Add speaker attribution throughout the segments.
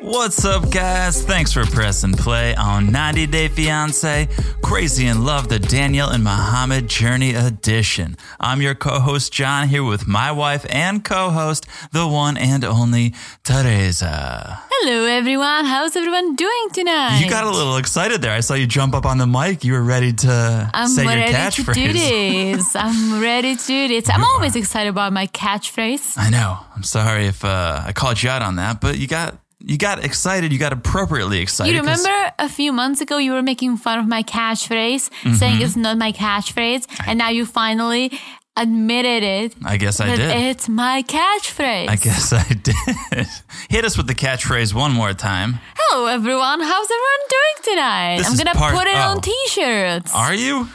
Speaker 1: What's up, guys? Thanks for pressing play on 90 Day Fiancé, Crazy in Love, the Danielle and Muhammad Journey Edition. I'm your co host, John, here with my wife and co host, the one and only Teresa.
Speaker 2: Hello, everyone. How's everyone doing tonight?
Speaker 1: You got a little excited there. I saw you jump up on the mic. You were ready to
Speaker 2: I'm
Speaker 1: say
Speaker 2: ready
Speaker 1: your
Speaker 2: to do
Speaker 1: catchphrase.
Speaker 2: this. I'm ready to do this. I'm always excited about my catchphrase.
Speaker 1: I know. I'm sorry if uh, I called you out on that, but you got. You got excited. You got appropriately excited.
Speaker 2: You
Speaker 1: 'cause-
Speaker 2: remember a few months ago you were making fun of my catchphrase,
Speaker 1: Mm-hmm.
Speaker 2: saying it's not my catchphrase, and now you finally admitted it.
Speaker 1: I guess I
Speaker 2: that
Speaker 1: did.
Speaker 2: It's my catchphrase.
Speaker 1: I guess I did. Hit us with the catchphrase one more time.
Speaker 2: Hello, everyone. How's everyone doing tonight?
Speaker 1: This
Speaker 2: I'm
Speaker 1: is
Speaker 2: gonna
Speaker 1: part-
Speaker 2: put it
Speaker 1: oh.
Speaker 2: on T-shirts.
Speaker 1: Are you?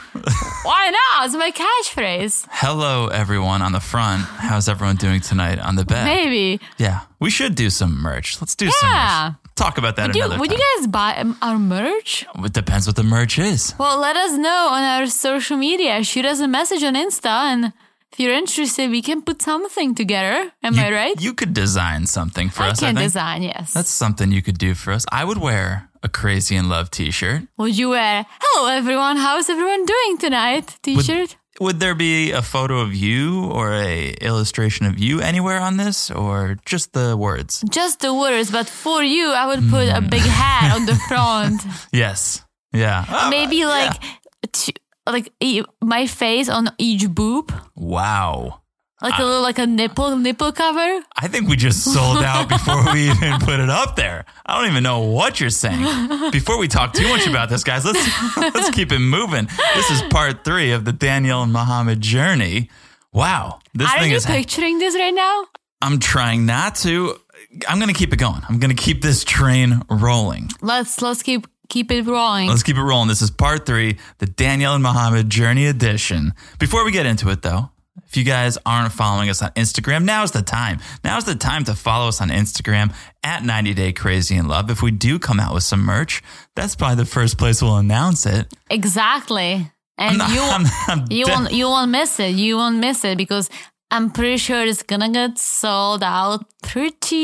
Speaker 2: Why not? It's my catchphrase.
Speaker 1: Hello, everyone on the front. How's everyone doing tonight on the back?
Speaker 2: Maybe.
Speaker 1: Yeah, we should do some merch. Let's do
Speaker 2: Yeah.
Speaker 1: some merch. Talk about that
Speaker 2: Do you,
Speaker 1: another
Speaker 2: would
Speaker 1: time.
Speaker 2: you guys buy um, our merch?
Speaker 1: it depends what the merch is.
Speaker 2: Well, let us know on our social media. Shoot us a message on Insta, and if you're interested, we can put something together. Am I
Speaker 1: You-
Speaker 2: right?
Speaker 1: You could design something for
Speaker 2: I
Speaker 1: us.
Speaker 2: can
Speaker 1: I think
Speaker 2: design. Yes.
Speaker 1: that's something you could do for us. I would wear a crazy in love T-shirt.
Speaker 2: would you wear "Hello, everyone. How's everyone doing tonight?" T-shirt?
Speaker 1: Would there be a photo of you or a illustration of you anywhere on this, or just the words?
Speaker 2: Just the words, but for you, I would put
Speaker 1: Hmm.
Speaker 2: a big hat on the front.
Speaker 1: Yes. Uh, Yeah. Oh,
Speaker 2: Maybe like, t- like e- my face on each boob,
Speaker 1: wow.
Speaker 2: like
Speaker 1: Uh,
Speaker 2: a little like a nipple nipple cover.
Speaker 1: I think we just sold out before we even put it up there. I don't even know what you're saying. Before we talk too much about this, guys, let's let's keep it moving. This is part three of the Daniel and Muhammad journey. Wow, this
Speaker 2: Are
Speaker 1: thing
Speaker 2: you
Speaker 1: is.
Speaker 2: picturing this right now?
Speaker 1: I'm trying not to. I'm gonna keep it going. I'm gonna keep this train rolling.
Speaker 2: Let's let's keep keep it rolling.
Speaker 1: Let's keep it rolling. This is part three, the Danielle and Muhammad Journey Edition. Before we get into it, though, if you guys aren't following us on Instagram, now's the time. Now's the time to follow us on Instagram at 90 Day Crazy in Love. If we do come out with some merch, that's probably the first place we'll announce it.
Speaker 2: Exactly. And
Speaker 1: not-
Speaker 2: you
Speaker 1: I'm- I'm
Speaker 2: you
Speaker 1: de-
Speaker 2: won't you won't miss it. You won't miss it because I'm pretty sure it's gonna get sold out pretty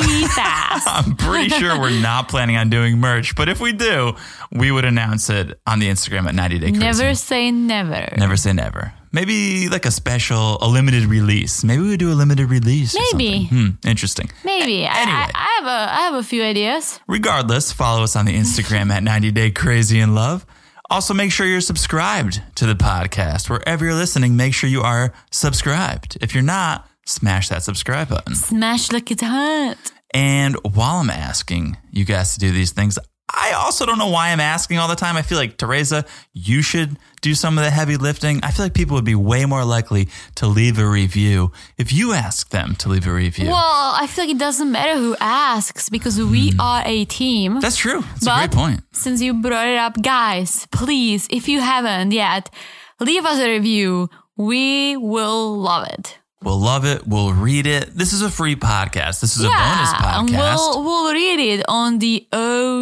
Speaker 2: fast.
Speaker 1: I'm pretty sure we're not planning on doing merch, but if we do, we would announce it on the Instagram at 90 Day Crazy.
Speaker 2: never say never.
Speaker 1: Never say never. Maybe like a special, a limited release. Maybe we would do a limited release. or
Speaker 2: Maybe.
Speaker 1: something. Hmm, interesting.
Speaker 2: Maybe. I
Speaker 1: anyway.
Speaker 2: I, I have a I have a few ideas.
Speaker 1: Regardless, follow us on the Instagram at 90 Day Crazy in Love. Also, make sure you're subscribed to the podcast. Wherever you're listening, make sure you are subscribed. If you're not, smash that subscribe button.
Speaker 2: Smash like it's hot.
Speaker 1: And while I'm asking you guys to do these things, I also don't know why I'm asking all the time. I feel like, Teresa, you should do some of the heavy lifting. I feel like people would be way more likely to leave a review if you ask them to leave a review.
Speaker 2: Well, I feel like it doesn't matter who asks because we
Speaker 1: Hmm.
Speaker 2: are a team.
Speaker 1: That's true. That's a great
Speaker 2: But
Speaker 1: point.
Speaker 2: Since you brought it up, guys, please, if you haven't yet, leave us a review. We will love it.
Speaker 1: We'll love it. We'll read it. This is a free podcast. This is a
Speaker 2: and
Speaker 1: bonus podcast.
Speaker 2: we'll we'll read it on the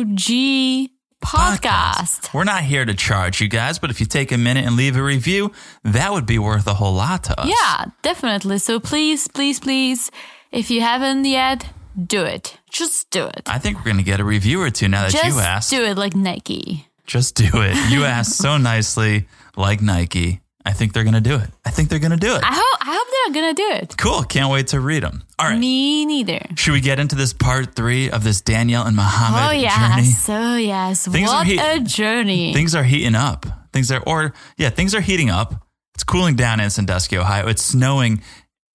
Speaker 2: OG podcast.
Speaker 1: We're not here to charge you guys, but if you take a minute and leave a review, that would be worth a whole lot to us.
Speaker 2: Yeah, definitely. So please, please, please, if you haven't yet, do it. Just do it.
Speaker 1: I think we're going to get a review or two now that you
Speaker 2: Just
Speaker 1: asked.
Speaker 2: do it like Nike.
Speaker 1: Just do it. You asked so nicely, like Nike. I think they're going to do it. I think they're going to do it.
Speaker 2: I hope I hope they're gonna do it.
Speaker 1: Cool. Can't wait to read them. All right.
Speaker 2: Me neither.
Speaker 1: Should we get into this part three of this Danielle and Muhammad
Speaker 2: Oh
Speaker 1: journey?
Speaker 2: yes, oh yes.
Speaker 1: Things are
Speaker 2: what
Speaker 1: heat-
Speaker 2: a journey.
Speaker 1: Things are heating up. Things are, or yeah, things are heating up. It's cooling down in Sandusky, Ohio. It's snowing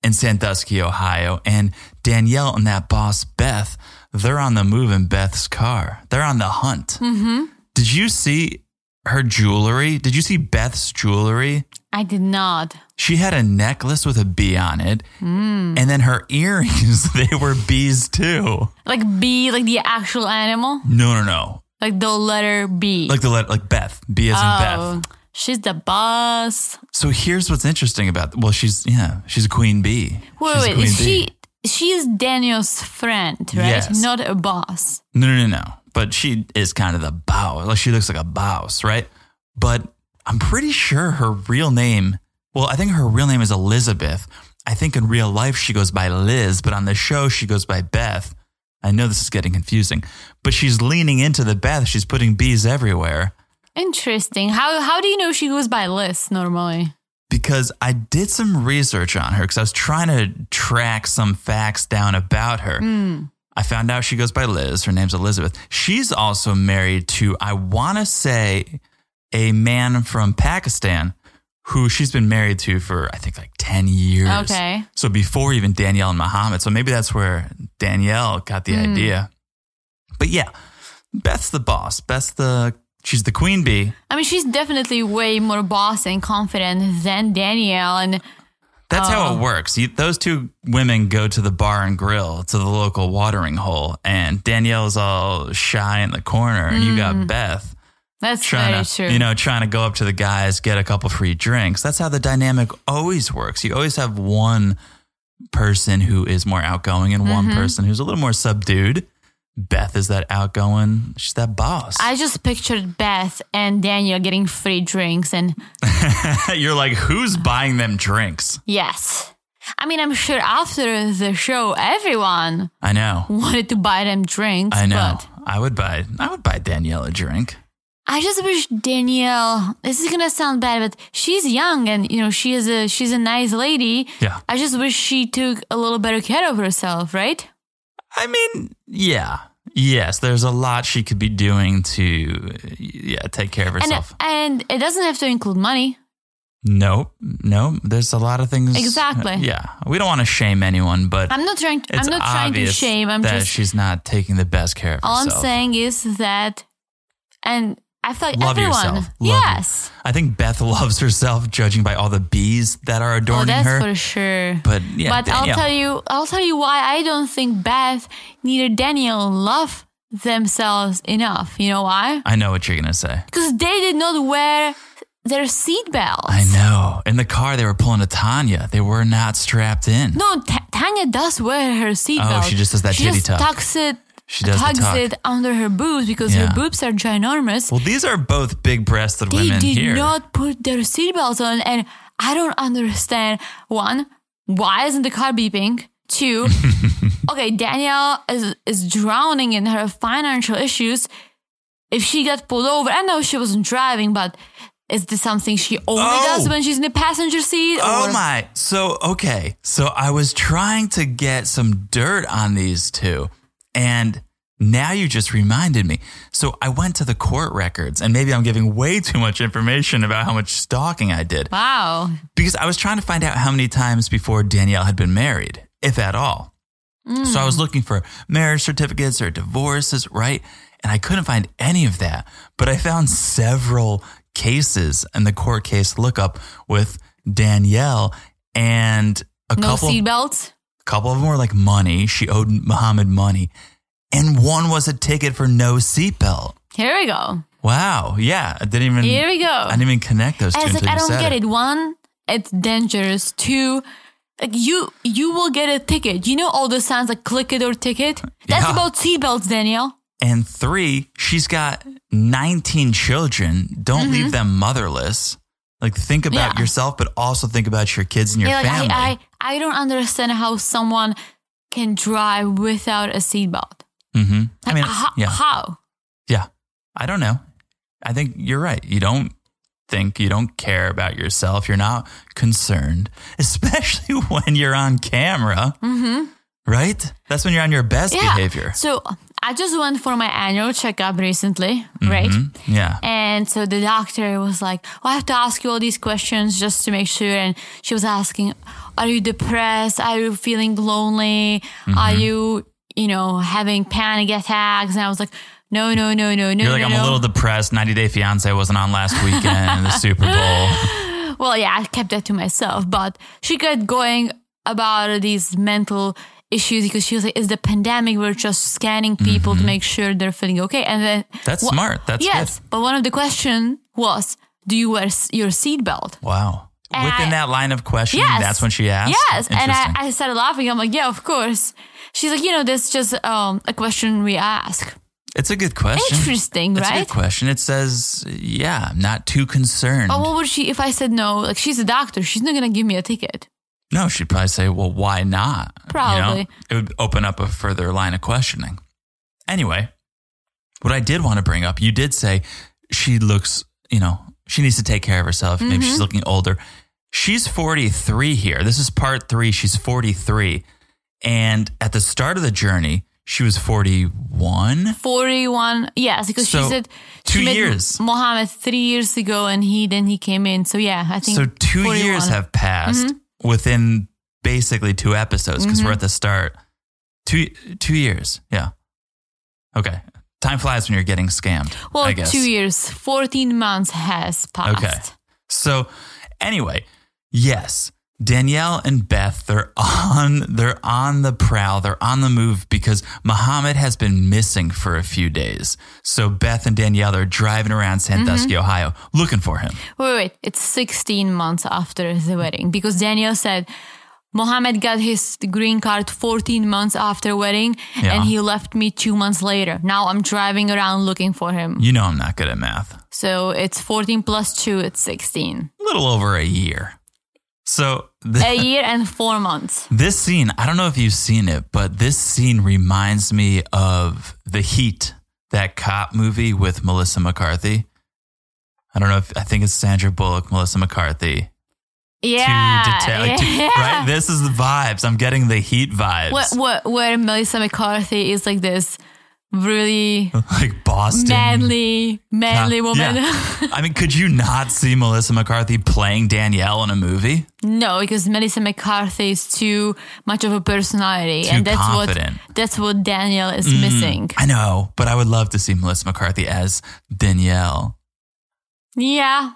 Speaker 1: in Sandusky, Ohio. And Danielle and that boss, Beth, they're on the move in Beth's car. They're on the hunt. Mm-hmm. Did you see her jewelry? Did you see Beth's jewelry?
Speaker 2: I did not.
Speaker 1: She had a necklace with a bee on it,
Speaker 2: Hmm.
Speaker 1: and then her earrings, they were bees too.
Speaker 2: Like bee, like the actual animal,
Speaker 1: No, no, no.
Speaker 2: like the letter B.
Speaker 1: Like the let- like Beth, B as in
Speaker 2: oh,
Speaker 1: Beth.
Speaker 2: she's the boss.
Speaker 1: So here's what's interesting about well, she's yeah, she's a queen bee.
Speaker 2: Wait,
Speaker 1: she's a
Speaker 2: wait,
Speaker 1: queen
Speaker 2: is
Speaker 1: bee.
Speaker 2: she? She's Daniel's friend, right?
Speaker 1: Yes.
Speaker 2: Not a boss.
Speaker 1: No, no, no, no. But she is kind of the bow. Like she looks like a boss, right? But I'm pretty sure her real name, well, I think her real name is Elizabeth. I think in real life she goes by Liz, but on the show she goes by Beth. I know this is getting confusing, but she's leaning into the Beth. She's putting bees everywhere
Speaker 2: Interesting. How how do you know she goes by Liz normally?
Speaker 1: because I did some research on her because I was trying to track some facts down about her. I found out she goes by Liz. Her name's Elizabeth. She's also married to, I want to say, a man from Pakistan who she's been married to for, I think, like 10 years.
Speaker 2: Okay.
Speaker 1: So before even Danielle and Muhammad. So maybe that's where Danielle got the idea. But yeah, Beth's the boss. Beth's the, she's the queen bee.
Speaker 2: I mean, she's definitely way more boss and confident than Danielle. And
Speaker 1: That's how
Speaker 2: Oh.
Speaker 1: it works. You, those two women go to the bar and grill to the local watering hole, and Danielle's all shy in the corner, and you got Beth
Speaker 2: that's
Speaker 1: trying
Speaker 2: Mm-hmm. very
Speaker 1: to,
Speaker 2: true.
Speaker 1: you know, trying to go up to the guys, get a couple free drinks. That's how the dynamic always works. You always have one person who is more outgoing and
Speaker 2: Mm-hmm.
Speaker 1: one person who's a little more subdued. Beth is that outgoing. She's that boss.
Speaker 2: I just pictured Beth and Danielle getting free drinks, and
Speaker 1: You're like, who's buying them drinks?
Speaker 2: yes. I mean, I'm sure after the show, everyone
Speaker 1: I know.
Speaker 2: wanted to buy them drinks.
Speaker 1: I know.
Speaker 2: But
Speaker 1: I would buy. I would buy Danielle a drink.
Speaker 2: I just wish Danielle. This is gonna sound bad, but she's young, and you know she is a she's a nice lady.
Speaker 1: Yeah.
Speaker 2: I just wish she took a little better care of herself, right?
Speaker 1: I mean, yeah. Yes, there's a lot she could be doing to yeah, take care of
Speaker 2: And
Speaker 1: herself.
Speaker 2: and it doesn't have to include money.
Speaker 1: nope. Nope. There's a lot of things
Speaker 2: Exactly.
Speaker 1: Yeah. We don't want to shame anyone, but
Speaker 2: I'm not trying.
Speaker 1: it's
Speaker 2: I'm not trying to
Speaker 1: obvious
Speaker 2: shame. I'm
Speaker 1: that
Speaker 2: just.
Speaker 1: she's not taking the best care of
Speaker 2: all I'm
Speaker 1: herself.
Speaker 2: saying is that, and I feel like
Speaker 1: Love
Speaker 2: everyone.
Speaker 1: yourself. Love your-
Speaker 2: yes.
Speaker 1: I think Beth loves herself judging by all the bees that are
Speaker 2: Oh,
Speaker 1: adorning
Speaker 2: that's
Speaker 1: her.
Speaker 2: for sure.
Speaker 1: but yeah,
Speaker 2: but I'll
Speaker 1: Danielle.
Speaker 2: tell you, I'll tell you why I don't think Beth neither Daniel love themselves enough. You know why?
Speaker 1: I know what you're going to say.
Speaker 2: Because they did not wear their seatbelts.
Speaker 1: I know. In the car they were pulling a Tanya. They were not strapped in.
Speaker 2: No, Ta- Tanya does wear her seatbelt.
Speaker 1: Oh, she just does that
Speaker 2: she
Speaker 1: titty
Speaker 2: just
Speaker 1: tuck.
Speaker 2: tucks it.
Speaker 1: She does the
Speaker 2: tucks
Speaker 1: tuck.
Speaker 2: it under her boobs because
Speaker 1: Yeah.
Speaker 2: her boobs are ginormous.
Speaker 1: Well, these are both big-breasted
Speaker 2: they
Speaker 1: women
Speaker 2: did
Speaker 1: here.
Speaker 2: not put their seatbelts on, and I don't understand. One, why isn't the car beeping? Two, okay, Danielle is is drowning in her financial issues. If she got pulled over, I know she wasn't driving, but is this something she only
Speaker 1: Oh.
Speaker 2: does when she's in the passenger seat?
Speaker 1: Oh
Speaker 2: or-
Speaker 1: my. So, okay. So I was trying to get some dirt on these two. And now you just reminded me. So I went to the court records and maybe I'm giving way too much information about how much stalking I did
Speaker 2: Wow.
Speaker 1: because I was trying to find out how many times before Danielle had been married, if at all. So
Speaker 2: Hmm.
Speaker 1: I was looking for marriage certificates or divorces, right? And I couldn't find any of that, but I found several cases in the court case lookup with Danielle and a
Speaker 2: No
Speaker 1: couple
Speaker 2: seatbelts?
Speaker 1: couple of them were like money. She owed Muhammad money. And one was a ticket for no seatbelt.
Speaker 2: Here we go.
Speaker 1: Wow. Yeah. I didn't even
Speaker 2: Here we go.
Speaker 1: I didn't even connect those two.
Speaker 2: I was like,
Speaker 1: until
Speaker 2: I
Speaker 1: you
Speaker 2: don't
Speaker 1: said
Speaker 2: get
Speaker 1: it.
Speaker 2: it. One, it's dangerous. Two, like you you will get a ticket. You know all the signs like click it or ticket? That's
Speaker 1: Yeah.
Speaker 2: about seatbelts, Danielle.
Speaker 1: And three, she's got 19 children. Don't leave them motherless. Like, think about
Speaker 2: Mm-hmm. Yeah.
Speaker 1: yourself, but also think about your kids and your
Speaker 2: Yeah, like
Speaker 1: family.
Speaker 2: I, I I don't understand how someone can drive without a seatbelt.
Speaker 1: hmm I
Speaker 2: Like,
Speaker 1: mean,
Speaker 2: ho-
Speaker 1: yeah,
Speaker 2: how?
Speaker 1: yeah. I don't know. I think you're right. You don't think, you don't care about yourself. You're not concerned, especially when you're on camera,
Speaker 2: Mm-hmm.
Speaker 1: right? That's when you're on your best
Speaker 2: Yeah.
Speaker 1: behavior.
Speaker 2: So I just went for my annual checkup recently, right?
Speaker 1: Mhm. Yeah.
Speaker 2: And so the doctor was like, well, I have to ask you all these questions just to make sure. And she was asking, Are you depressed? Are you feeling lonely?
Speaker 1: Mm-hmm.
Speaker 2: Are you, you know, having panic attacks? And I was like, No, no, no, no, no.
Speaker 1: You're like,
Speaker 2: no,
Speaker 1: I'm a
Speaker 2: no."
Speaker 1: little depressed. 90 Day Fiance wasn't on last weekend, the Super Bowl.
Speaker 2: Well, yeah, I kept that to myself, but she kept going about these mental issues because she was like, It's the pandemic. We're just scanning people to make sure they're feeling okay. And then,
Speaker 1: Mm-hmm. That's smart. That's good.
Speaker 2: yes, but one of the questions was, Do you wear s- your seatbelt?
Speaker 1: Wow.
Speaker 2: And
Speaker 1: Within
Speaker 2: I-
Speaker 1: that line of questioning,
Speaker 2: Yes.
Speaker 1: that's when she asked?
Speaker 2: Yes. And I,
Speaker 1: Interesting.
Speaker 2: I started laughing. I'm like, yeah, of course. She's like, you know, that's just um, a question we ask.
Speaker 1: It's a good question.
Speaker 2: Interesting,
Speaker 1: It's a
Speaker 2: right?
Speaker 1: good question. It says, yeah, I'm not too concerned.
Speaker 2: But what would she, if I said no, like she's a doctor, she's not going to give me a ticket.
Speaker 1: No, she'd probably say, well, why not? You know?
Speaker 2: Probably.
Speaker 1: It would open up a further line of questioning. Anyway, what I did want to bring up, you did say she looks, you know, she needs to take care of herself. Maybe she's looking older. She's 43 here. This is part three. She's 43. And at the start of the journey, she was 41.
Speaker 2: 41, yes, because
Speaker 1: So,
Speaker 2: she said
Speaker 1: two
Speaker 2: she met
Speaker 1: years.
Speaker 2: Mohammed three years ago and he, then he came in. So yeah, I think.
Speaker 1: So two
Speaker 2: 41.
Speaker 1: years have passed
Speaker 2: Mm-hmm.
Speaker 1: within basically two episodes because we're at the start. Two two years, yeah. Okay, time flies when you're getting scammed.
Speaker 2: Well,
Speaker 1: I guess.
Speaker 2: two years, 14 months has passed.
Speaker 1: Okay. So anyway, yes, Danielle and Beth they're on they're on the prowl, they're on the move because Muhammad has been missing for a few days. So Beth and Danielle are driving around Sandusky,
Speaker 2: Mm-hmm.
Speaker 1: Ohio, looking for him.
Speaker 2: Wait, wait, it's 16 months after the wedding because Daniel said Mohammed got his green card 14 months after wedding
Speaker 1: Yeah.
Speaker 2: and he left me 2 months later. Now I'm driving around looking for him.
Speaker 1: You know I'm not good at math.
Speaker 2: So it's 14 plus 2, it's 16.
Speaker 1: little over a year. So th-
Speaker 2: A year and 4 months.
Speaker 1: this scene, I don't know if you've seen it, but this scene reminds me of The Heat, that cop movie with Melissa McCarthy. I don't know if I think it's Sandra Bullock, Melissa McCarthy.
Speaker 2: Yeah.
Speaker 1: Two deta- like two-
Speaker 2: yeah.
Speaker 1: Right? This is the vibes. I'm getting the Heat vibes.
Speaker 2: Where, where, where Melissa McCarthy is like this really
Speaker 1: Like Boston.
Speaker 2: manly, manly
Speaker 1: Yeah.
Speaker 2: woman.
Speaker 1: I mean, could you not see Melissa McCarthy playing Danielle in a movie?
Speaker 2: No, because Melissa McCarthy is too much of a personality,
Speaker 1: Too
Speaker 2: and that's
Speaker 1: confident. Mm.
Speaker 2: what that's what Daniel is missing.
Speaker 1: I know, but I would love to see Melissa McCarthy as Danielle.
Speaker 2: Yeah,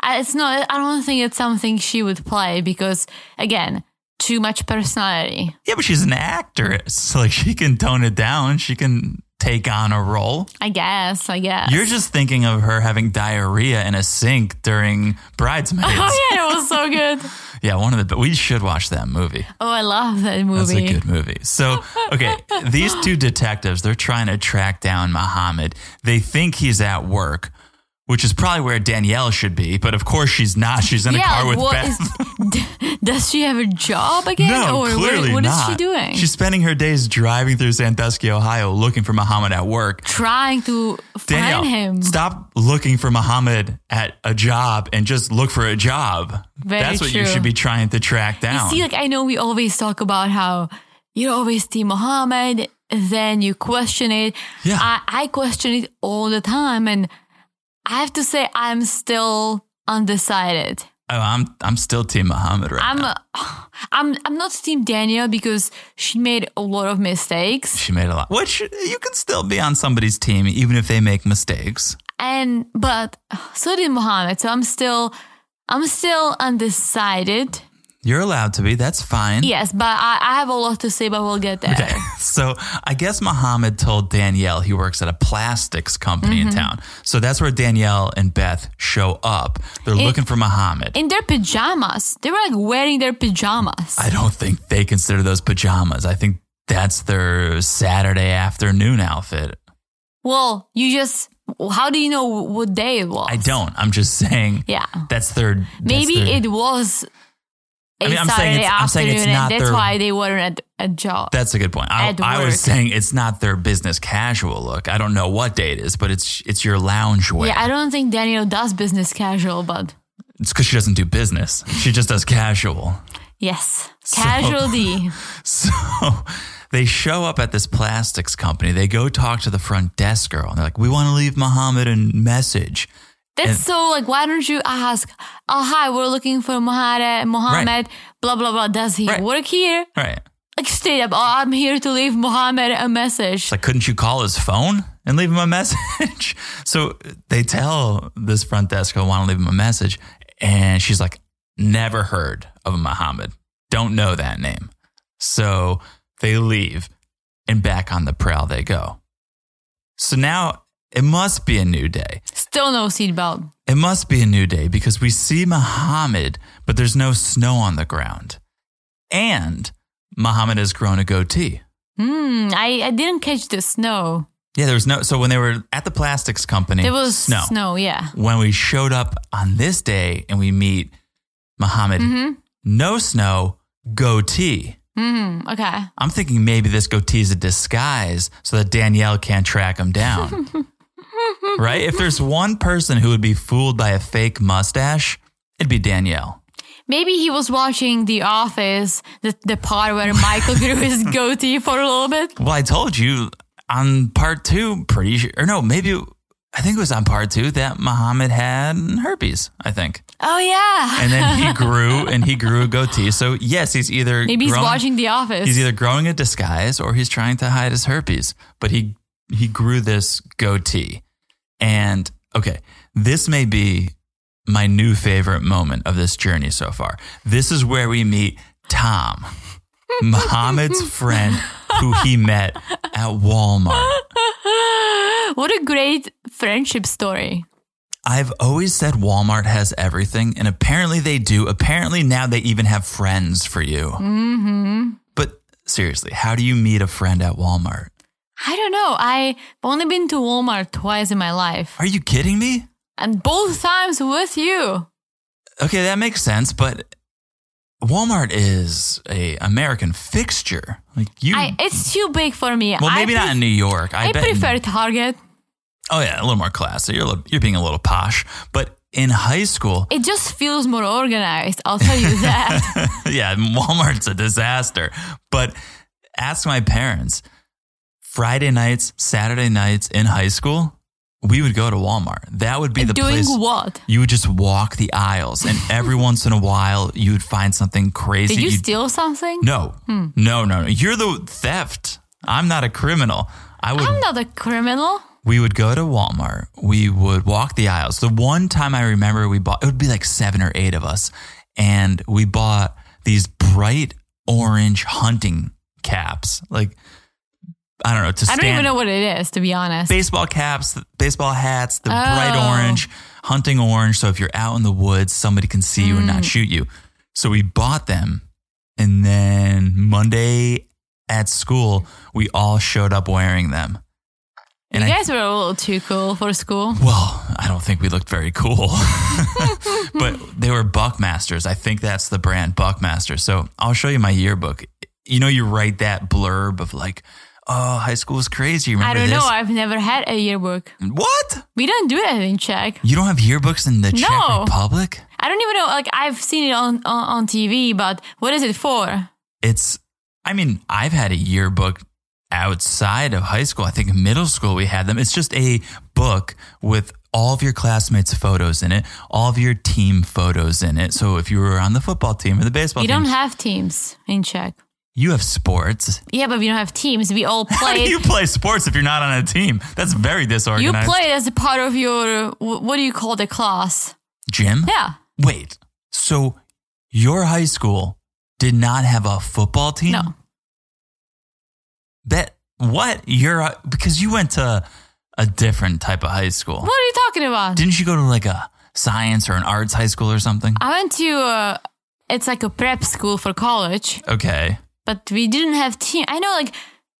Speaker 2: I- it's not. I don't think it's something she would play because, again, too much personality.
Speaker 1: Yeah, but she's an actress. Like she can tone it down. She can take on a role.
Speaker 2: I guess. I guess.
Speaker 1: You're just thinking of her having diarrhea in a sink during Bridesmaids.
Speaker 2: oh yeah, it was so good.
Speaker 1: yeah. one of the but we should watch that movie.
Speaker 2: Oh, I love that movie.
Speaker 1: That's a good movie. So, okay, these two detectives, they're trying to track down Muhammad. They think he's at work, which is probably where Danielle should be, but of course she's not. She's in a
Speaker 2: yeah,
Speaker 1: car with
Speaker 2: what
Speaker 1: Beth.
Speaker 2: is- does she have a job again?
Speaker 1: No,
Speaker 2: or
Speaker 1: clearly
Speaker 2: what, what is
Speaker 1: not.
Speaker 2: she doing?
Speaker 1: She's spending her days driving through Sandusky, Ohio, looking for Muhammad at work.
Speaker 2: trying to
Speaker 1: Danielle,
Speaker 2: find him.
Speaker 1: stop looking for Muhammad at a job and just look for a job.
Speaker 2: Very
Speaker 1: That's what you
Speaker 2: true.
Speaker 1: should be trying to track
Speaker 2: You
Speaker 1: down.
Speaker 2: see, like I know we always talk about how you always see Muhammad, then you question it.
Speaker 1: Yeah.
Speaker 2: I, I question it all the time, and I have to say I'm still undecided.
Speaker 1: oh, I'm I'm still Team Muhammad right
Speaker 2: I'm
Speaker 1: now.
Speaker 2: I'm I'm not Team Daniel because she made a lot of mistakes,
Speaker 1: She made a lot. Which you can still be on somebody's team even if they make mistakes.
Speaker 2: and but so did Muhammad. So I'm still I'm still undecided.
Speaker 1: You're allowed to be. That's fine.
Speaker 2: Yes, but I, I have a lot to say, but we'll get there.
Speaker 1: Okay. So I guess Muhammad told Danielle he works at a plastics company
Speaker 2: Mm-hmm.
Speaker 1: in town. So that's where Danielle and Beth show up. They're looking for Muhammad.
Speaker 2: In their pajamas, they were like wearing their pajamas.
Speaker 1: I don't think they consider those pajamas. I think that's their Saturday afternoon outfit.
Speaker 2: Well, you just how do you know what day it was?
Speaker 1: I don't. I'm just saying.
Speaker 2: Yeah.
Speaker 1: That's their. that's
Speaker 2: Maybe
Speaker 1: their-
Speaker 2: it was a
Speaker 1: I mean, I'm saying
Speaker 2: Saturday
Speaker 1: it's- I'm saying
Speaker 2: afternoon,
Speaker 1: it's not
Speaker 2: and that's
Speaker 1: their-
Speaker 2: why they weren't at a job.
Speaker 1: That's a good point. I,
Speaker 2: at
Speaker 1: I was
Speaker 2: work.
Speaker 1: saying it's not their business casual look. I don't know what day it is, but it's it's your lounge wear.
Speaker 2: yeah, I don't think Daniel does business casual, but
Speaker 1: it's because she doesn't do business. She just does casual.
Speaker 2: yes, casual D.
Speaker 1: So they show up at this plastics company. They go talk to the front desk girl, and they're like, "We want to leave Muhammad a message."
Speaker 2: That's
Speaker 1: And-
Speaker 2: so like, why don't you ask? Oh, hi, we're looking for Muhammad. Muhammad, blah blah blah. Does he
Speaker 1: Right.
Speaker 2: work here?
Speaker 1: Right?
Speaker 2: Like straight up. Oh, I'm here to leave Muhammad a message.
Speaker 1: It's like, couldn't you call his phone and leave him a message? so they tell this front desk girl, "Want to leave him a message?" And she's like, "Never heard of Muhammad. Don't know that name." So they leave, and back on the prowl they go. So now it must be a new day.
Speaker 2: Still no seatbelt.
Speaker 1: It must be a new day because we see Muhammad, but there's no snow on the ground. And Muhammad has grown a goatee.
Speaker 2: Hmm. I I didn't catch the snow.
Speaker 1: Yeah, there was no. So when they were at the plastics company,
Speaker 2: There was
Speaker 1: snow.
Speaker 2: snow. yeah.
Speaker 1: When we showed up on this day and we meet Muhammad,
Speaker 2: Mm-hmm.
Speaker 1: no snow, goatee.
Speaker 2: Mm, okay.
Speaker 1: I'm thinking maybe this goatee is a disguise so that Danielle can't track him down. right? If there's one person who would be fooled by a fake mustache, it'd be Danielle.
Speaker 2: Maybe he was watching The Office, the, the part where Michael grew his goatee for a little bit.
Speaker 1: Well, I told you on part two, pretty sure, or no, maybe I think it was on part two that Muhammad had herpes, I think.
Speaker 2: Oh, yeah.
Speaker 1: And then he grew and he grew a goatee. So, yes, he's either
Speaker 2: Maybe he's
Speaker 1: growing-
Speaker 2: watching The Office.
Speaker 1: He's either growing a disguise or he's trying to hide his herpes. But he he grew this goatee. And okay, this may be my new favorite moment of this journey so far. This is where we meet Tom, Muhammad's friend who he met at Walmart.
Speaker 2: what a great friendship story.
Speaker 1: I've always said Walmart has everything, and apparently they do. Apparently now they even have friends for you.
Speaker 2: hmm
Speaker 1: But seriously, how do you meet a friend at Walmart?
Speaker 2: I don't know. I've only been to Walmart twice in my life,
Speaker 1: Are you kidding me?
Speaker 2: and both times with you.
Speaker 1: Okay, that makes sense, but Walmart is a American fixture. Like you,
Speaker 2: I, it's too big for me.
Speaker 1: well,
Speaker 2: I
Speaker 1: maybe not
Speaker 2: pref-
Speaker 1: in New York. I,
Speaker 2: I
Speaker 1: bet. in-
Speaker 2: prefer Target.
Speaker 1: oh yeah, a little more classy. You're a little- you're being a little posh, but in high school,
Speaker 2: It just feels more organized. I'll tell you that.
Speaker 1: yeah, Walmart's a disaster. But ask my parents. Friday nights, Saturday nights in high school, we would go to Walmart. That would be the
Speaker 2: Doing
Speaker 1: place.
Speaker 2: what?
Speaker 1: you would just walk the aisles, and every once in a while, you would find something crazy.
Speaker 2: Did you
Speaker 1: You'd
Speaker 2: steal Hmm. something?
Speaker 1: No, no, no, no. You're the theft. I'm not a criminal. I would.
Speaker 2: I'm not a criminal.
Speaker 1: we would go to Walmart. We would walk the aisles. The one time I remember we bought, it would be like seven or eight of us, and we bought these bright orange hunting caps. Like I don't know to
Speaker 2: I
Speaker 1: stand.
Speaker 2: don't even know what it is, to be honest.
Speaker 1: Baseball caps, baseball hats, the
Speaker 2: Oh.
Speaker 1: bright orange, hunting orange. So if you're out in the woods, somebody can see you and
Speaker 2: Mm.
Speaker 1: not shoot you. So we bought them. And then Monday at school, we all showed up wearing them.
Speaker 2: You
Speaker 1: And I,
Speaker 2: guys were a little too cool for school.
Speaker 1: well, I don't think we looked very cool, but they were Buckmasters. I think that's the brand, Buckmaster. So I'll show you my yearbook. You know, you write that blurb of like, oh, high school was crazy. Remember
Speaker 2: I don't
Speaker 1: this?
Speaker 2: know. I've never had a yearbook.
Speaker 1: what?
Speaker 2: We don't do that in Czech.
Speaker 1: You don't have yearbooks in the Czech
Speaker 2: No.
Speaker 1: Republic?
Speaker 2: I don't even know. Like I've seen it on, on on TV, but what is it for?
Speaker 1: It's, I mean, I've had a yearbook outside of high school. I think in middle school we had them. It's just a book with all of your classmates' photos in it, all of your team photos in it. So if you were on the football team or the baseball
Speaker 2: We
Speaker 1: team,
Speaker 2: don't have teams in Czech.
Speaker 1: you have sports.
Speaker 2: Yeah, but we don't have teams. We all
Speaker 1: How do
Speaker 2: play.
Speaker 1: you play sports if you're not on a team? That's very
Speaker 2: you
Speaker 1: disorganized.
Speaker 2: play as a part of your wh- what do you call the class?
Speaker 1: Jim?
Speaker 2: Yeah,
Speaker 1: Wait. So your high school did not have a football team?
Speaker 2: No.
Speaker 1: That what? You're uh, because you went to a different type of high school.
Speaker 2: what are you talking about?
Speaker 1: Didn't you go to like a science or an arts high school or something?
Speaker 2: I went to uh, it's like a prep school for college,
Speaker 1: okay.
Speaker 2: but we didn't have team. I know, like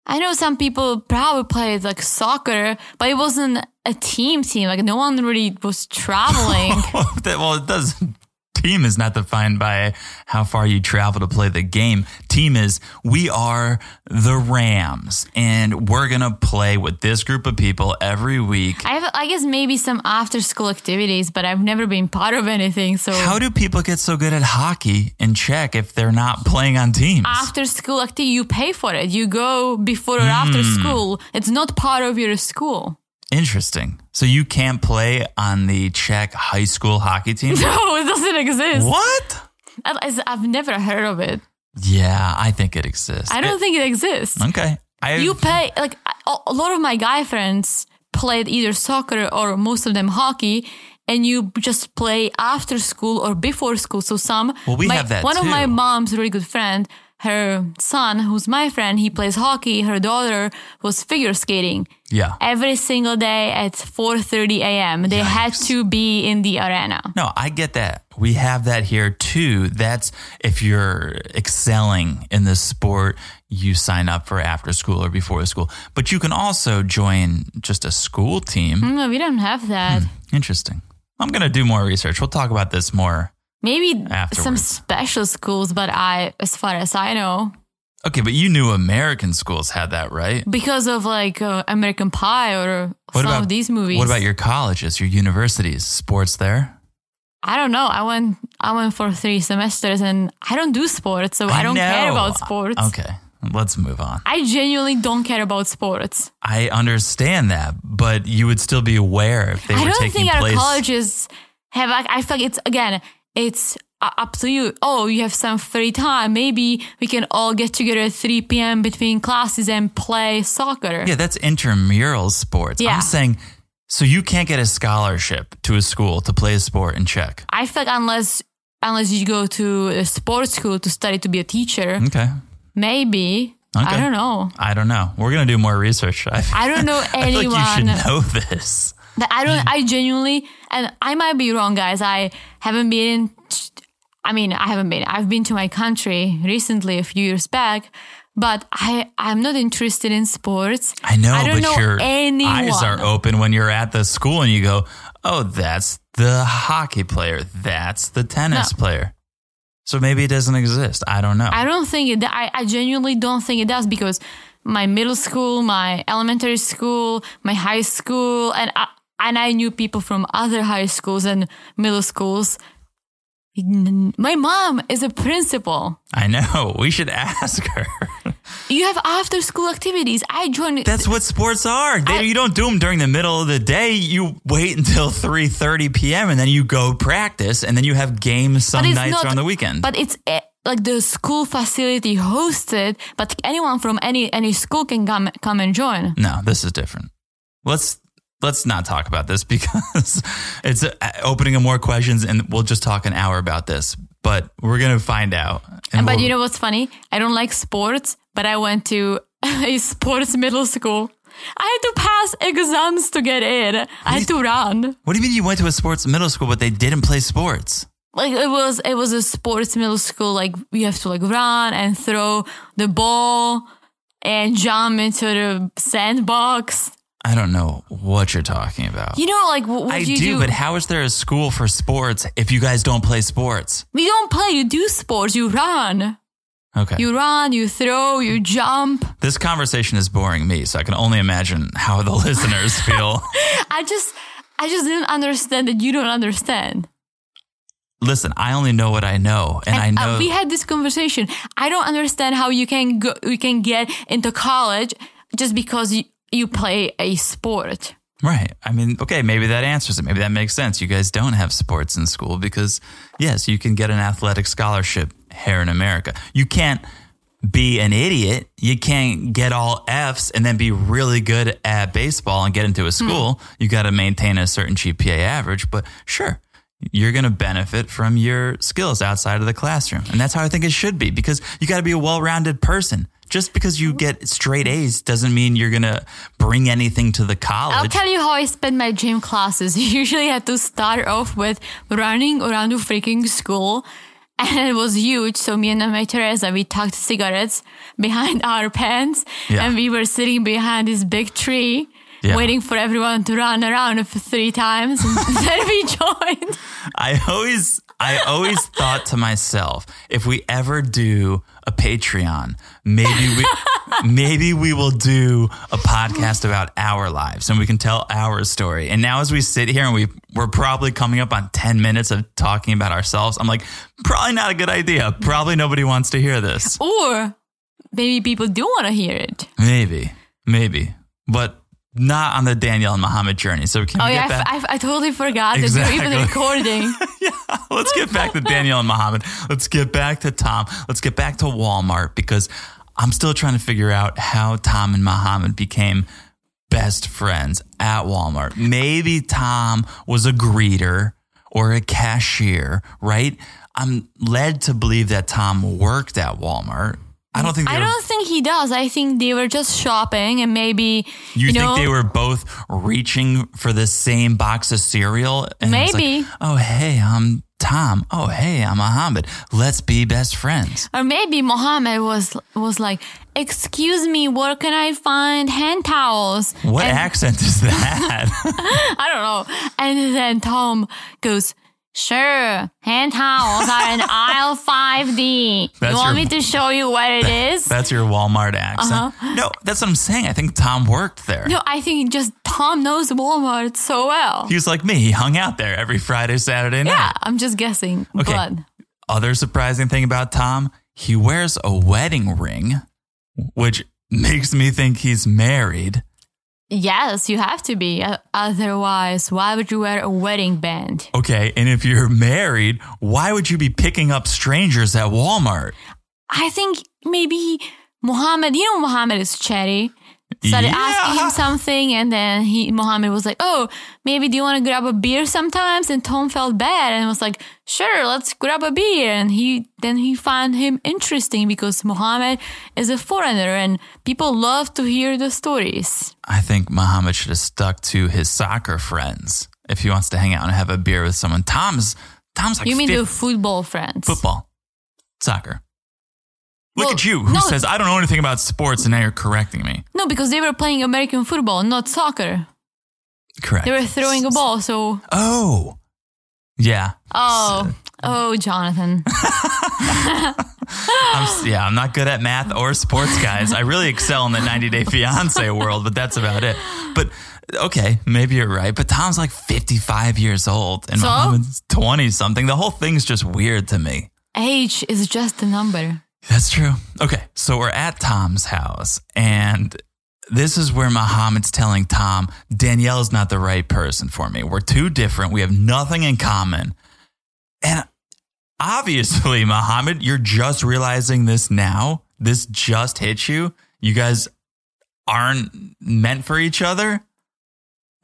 Speaker 2: I know some people probably played like soccer, but it wasn't a team team. Like no one really was traveling.
Speaker 1: That- well, it does. Team is not defined by how far you travel to play the game. Team is we are the Rams and we're going to play with this group of people every week.
Speaker 2: I have, I guess, maybe some after school activities, but I've never been part of anything. So
Speaker 1: How do people get so good at hockey in Czech if they're not playing on teams?
Speaker 2: after school activity, you pay for it. You go before or after
Speaker 1: Hmm.
Speaker 2: school. It's not part of your school.
Speaker 1: Interesting. So you can't play on the Czech high school hockey team?
Speaker 2: No, it doesn't exist.
Speaker 1: what?
Speaker 2: At least I've never heard of it.
Speaker 1: Yeah, I think it exists.
Speaker 2: I don't think it exists.
Speaker 1: It- okay. I,
Speaker 2: You pay like a a lot of my guy friends played either soccer or most of them hockey. And you just play after school or before school. So some,
Speaker 1: Well, we
Speaker 2: my-
Speaker 1: have that
Speaker 2: one of
Speaker 1: too.
Speaker 2: my mom's really good friend her son, who's my friend, he plays hockey. Her daughter was figure skating.
Speaker 1: Yeah.
Speaker 2: Every single day at 4:30 a.m., they had to be in the arena.
Speaker 1: No, I get that. We have that here too. That's if you're excelling in this sport, you sign up for after school or before school. But you can also join just a school team.
Speaker 2: No, Hmm, we don't have that.
Speaker 1: Hmm. Interesting. I'm going to do more research. We'll talk about this more.
Speaker 2: Maybe some
Speaker 1: Afterwards.
Speaker 2: special schools, but I, as far as I know,
Speaker 1: Okay, but you knew American schools had that, right?
Speaker 2: because of like uh, American Pie or some of these movies.
Speaker 1: What about your colleges, your universities, sports there?
Speaker 2: I don't know. I went I went for three semesters and I don't do sports, so Oh, I, don't care
Speaker 1: know.
Speaker 2: about sports.
Speaker 1: Okay, let's move on.
Speaker 2: I genuinely don't care about sports.
Speaker 1: I understand that, but you would still be aware if they
Speaker 2: I
Speaker 1: were
Speaker 2: don't
Speaker 1: taking
Speaker 2: think our
Speaker 1: place.
Speaker 2: colleges have. Like, I feel like it's again, it's uh, up to you. Oh, you have some free time. Maybe we can all get together at three p.m. between classes and play soccer.
Speaker 1: yeah, that's intramural sports.
Speaker 2: Yeah.
Speaker 1: I'm saying, so you can't get a scholarship to a school to play a sport in Czech.
Speaker 2: I feel like unless unless you go to a sports school to study to be a teacher,
Speaker 1: Okay,
Speaker 2: maybe
Speaker 1: Okay.
Speaker 2: I don't know.
Speaker 1: I don't know. We're gonna do more research. I,
Speaker 2: I don't know
Speaker 1: I feel
Speaker 2: anyone.
Speaker 1: like you should know this.
Speaker 2: But I don't. I genuinely, and I might be wrong, guys. I haven't been. I mean, I haven't been. I've been to my country recently, a few years back, but I I'm not interested in sports.
Speaker 1: I know,
Speaker 2: I don't
Speaker 1: but
Speaker 2: know
Speaker 1: your
Speaker 2: anyone.
Speaker 1: eyes are open when you're at the school and you go, "Oh, that's the hockey player. That's the tennis player." So maybe it doesn't exist. I don't know.
Speaker 2: I don't think it. I I genuinely don't think it does because my middle school, my elementary school, my high school, and I, and I knew people from other high schools and middle schools. My mom is a principal.
Speaker 1: I know. We should ask her.
Speaker 2: You have after school activities. I joined.
Speaker 1: That's what sports are. They,
Speaker 2: I-
Speaker 1: you don't do them during the middle of the day. You wait until 3.30 p.m. and then you go practice and then you have games some
Speaker 2: But it's
Speaker 1: nights
Speaker 2: not-
Speaker 1: or on the weekend.
Speaker 2: but it's eh, like the school facility hosted, but anyone from any any school can come come and join.
Speaker 1: no, this is different. Let's let's not talk about this because it's uh, opening up more questions and we'll just talk an hour about this. But we're going to find out. And
Speaker 2: but
Speaker 1: we'll-
Speaker 2: you know what's funny? I don't like sports, but I went to a sports middle school. I had to pass exams to get in. I had to run.
Speaker 1: what do you mean you went to a sports middle school but they didn't play sports?
Speaker 2: Like it was it was a sports middle school. Like you have to like run and throw the ball and jump into the sandbox.
Speaker 1: I don't know what you're talking about.
Speaker 2: You know, like wh- what
Speaker 1: I
Speaker 2: you
Speaker 1: do, but how is there a school for sports if you guys don't play sports?
Speaker 2: We don't play. You do sports. You run.
Speaker 1: Okay.
Speaker 2: You run. You throw. You jump.
Speaker 1: This conversation is boring me, so I can only imagine how the listeners feel.
Speaker 2: I just, I just didn't understand that you don't understand.
Speaker 1: Listen, I only know what I know, and, I know
Speaker 2: Uh, we had this conversation. I don't understand how you can go. You can get into college just because you you play a sport.
Speaker 1: right. I mean, okay, maybe that answers it. Maybe that makes sense. You guys don't have sports in school because yes, you can get an athletic scholarship here in America. You can't be an idiot. You can't get all Fs and then be really good at baseball and get
Speaker 2: Hmm.
Speaker 1: into a school. You got to maintain a certain GPA average, but sure. You're going to benefit from your skills outside of the classroom. And that's how I think it should be because you got to be a well rounded person. Just because you get straight A's doesn't mean you're going to bring anything to the
Speaker 2: I'll
Speaker 1: college.
Speaker 2: tell you how I spend my gym classes. Usually, I had to start off with running around the freaking school, and it was huge. So me and my Teresa, we tucked cigarettes behind our pants,
Speaker 1: Yeah.
Speaker 2: and we were sitting behind this big tree.
Speaker 1: Yeah.
Speaker 2: Waiting for everyone to run around for three times, and then we joined.
Speaker 1: I always I always thought to myself, if we ever do a Patreon, maybe we maybe we will do a podcast about our lives and we can tell our story. And now as we sit here and we we're probably coming up on 10 minutes of talking about ourselves, I'm like, probably not a good idea. Probably nobody wants to hear this.
Speaker 2: Or maybe people do want to hear it.
Speaker 1: Maybe. Maybe. But not on the Danielle and Muhammad journey. So can
Speaker 2: Oh
Speaker 1: we
Speaker 2: yeah,
Speaker 1: get
Speaker 2: I,
Speaker 1: back?
Speaker 2: f- I f- I totally forgot that we were even
Speaker 1: Exactly.
Speaker 2: recording.
Speaker 1: Let's get back to Danielle and Mohammed. Let's get back to Tom. Let's get back to Walmart because I'm still trying to figure out how Tom and Mohammed became best friends at Walmart. Maybe Tom was a greeter or a cashier, right? I'm led to believe that Tom worked at Walmart I don't think they
Speaker 2: I
Speaker 1: were,
Speaker 2: don't think he does. I think they were just shopping and maybe
Speaker 1: you,
Speaker 2: you,
Speaker 1: think
Speaker 2: know
Speaker 1: they were both reaching for the same box of cereal. And it's like,
Speaker 2: Maybe.
Speaker 1: oh, hey, I'm Tom. Oh, hey, I'm Mohammed. Let's be best friends.
Speaker 2: or maybe Mohammed was was like, "Excuse me, where can I find hand towels?"
Speaker 1: What
Speaker 2: And-
Speaker 1: accent is that?
Speaker 2: I don't know. And then Tom goes, Sure, hand towels are in aisle 5D.
Speaker 1: That's
Speaker 2: you want
Speaker 1: your-
Speaker 2: me to show you what it is?
Speaker 1: that's your Walmart accent. No, that's what I'm saying. I think Tom worked there.
Speaker 2: Uh-huh. No, I think just Tom knows Walmart so well.
Speaker 1: He was like me. He hung out there every Friday, Saturday night.
Speaker 2: yeah, I'm just guessing.
Speaker 1: Okay.
Speaker 2: But
Speaker 1: Other surprising thing about Tom, he wears a wedding ring, which makes me think he's married.
Speaker 2: yes, you have to be. O- Otherwise, why would you wear a wedding band?
Speaker 1: Okay, and if you're married, why would you be picking up strangers at Walmart?
Speaker 2: I think maybe he, Mohammed, you know, Mohammed is chatty. Started asking
Speaker 1: Yeah.
Speaker 2: him something, and then he Mohammed was like, "Oh, maybe do you want to grab a beer sometimes?" And Tom felt bad and was like, "Sure, let's grab a beer." And he then he found him interesting because Mohammed is a foreigner, and people love to hear the stories.
Speaker 1: I think Muhammad should have stuck to his soccer friends if he wants to hang out and have a beer with someone. Tom's Tom's like
Speaker 2: You mean
Speaker 1: fif-
Speaker 2: the football friends?
Speaker 1: football, soccer. Look
Speaker 2: Well,
Speaker 1: at you, who
Speaker 2: no.
Speaker 1: says I don't know anything about sports, and now you're correcting me.
Speaker 2: No, because they were playing American football, not soccer.
Speaker 1: Correct.
Speaker 2: They were throwing a ball. So,
Speaker 1: Oh, yeah.
Speaker 2: oh, oh, Jonathan.
Speaker 1: I'm, s- yeah, I'm not good at math or sports, guys. I really excel in the 90 Day Fiance world, but that's about it. But okay, maybe you're right. But Tom's like 55 years old and
Speaker 2: So?
Speaker 1: Muhammad's 20 something. The whole thing's just weird to me.
Speaker 2: Age is just a number.
Speaker 1: That's true. Okay, so we're at Tom's house, and this is where Muhammad's telling Tom, Danielle's not the right person for me. We're too different. We have nothing in common. And obviously, Muhammad, you're just realizing this now. This just hit you. You guys aren't meant for each other.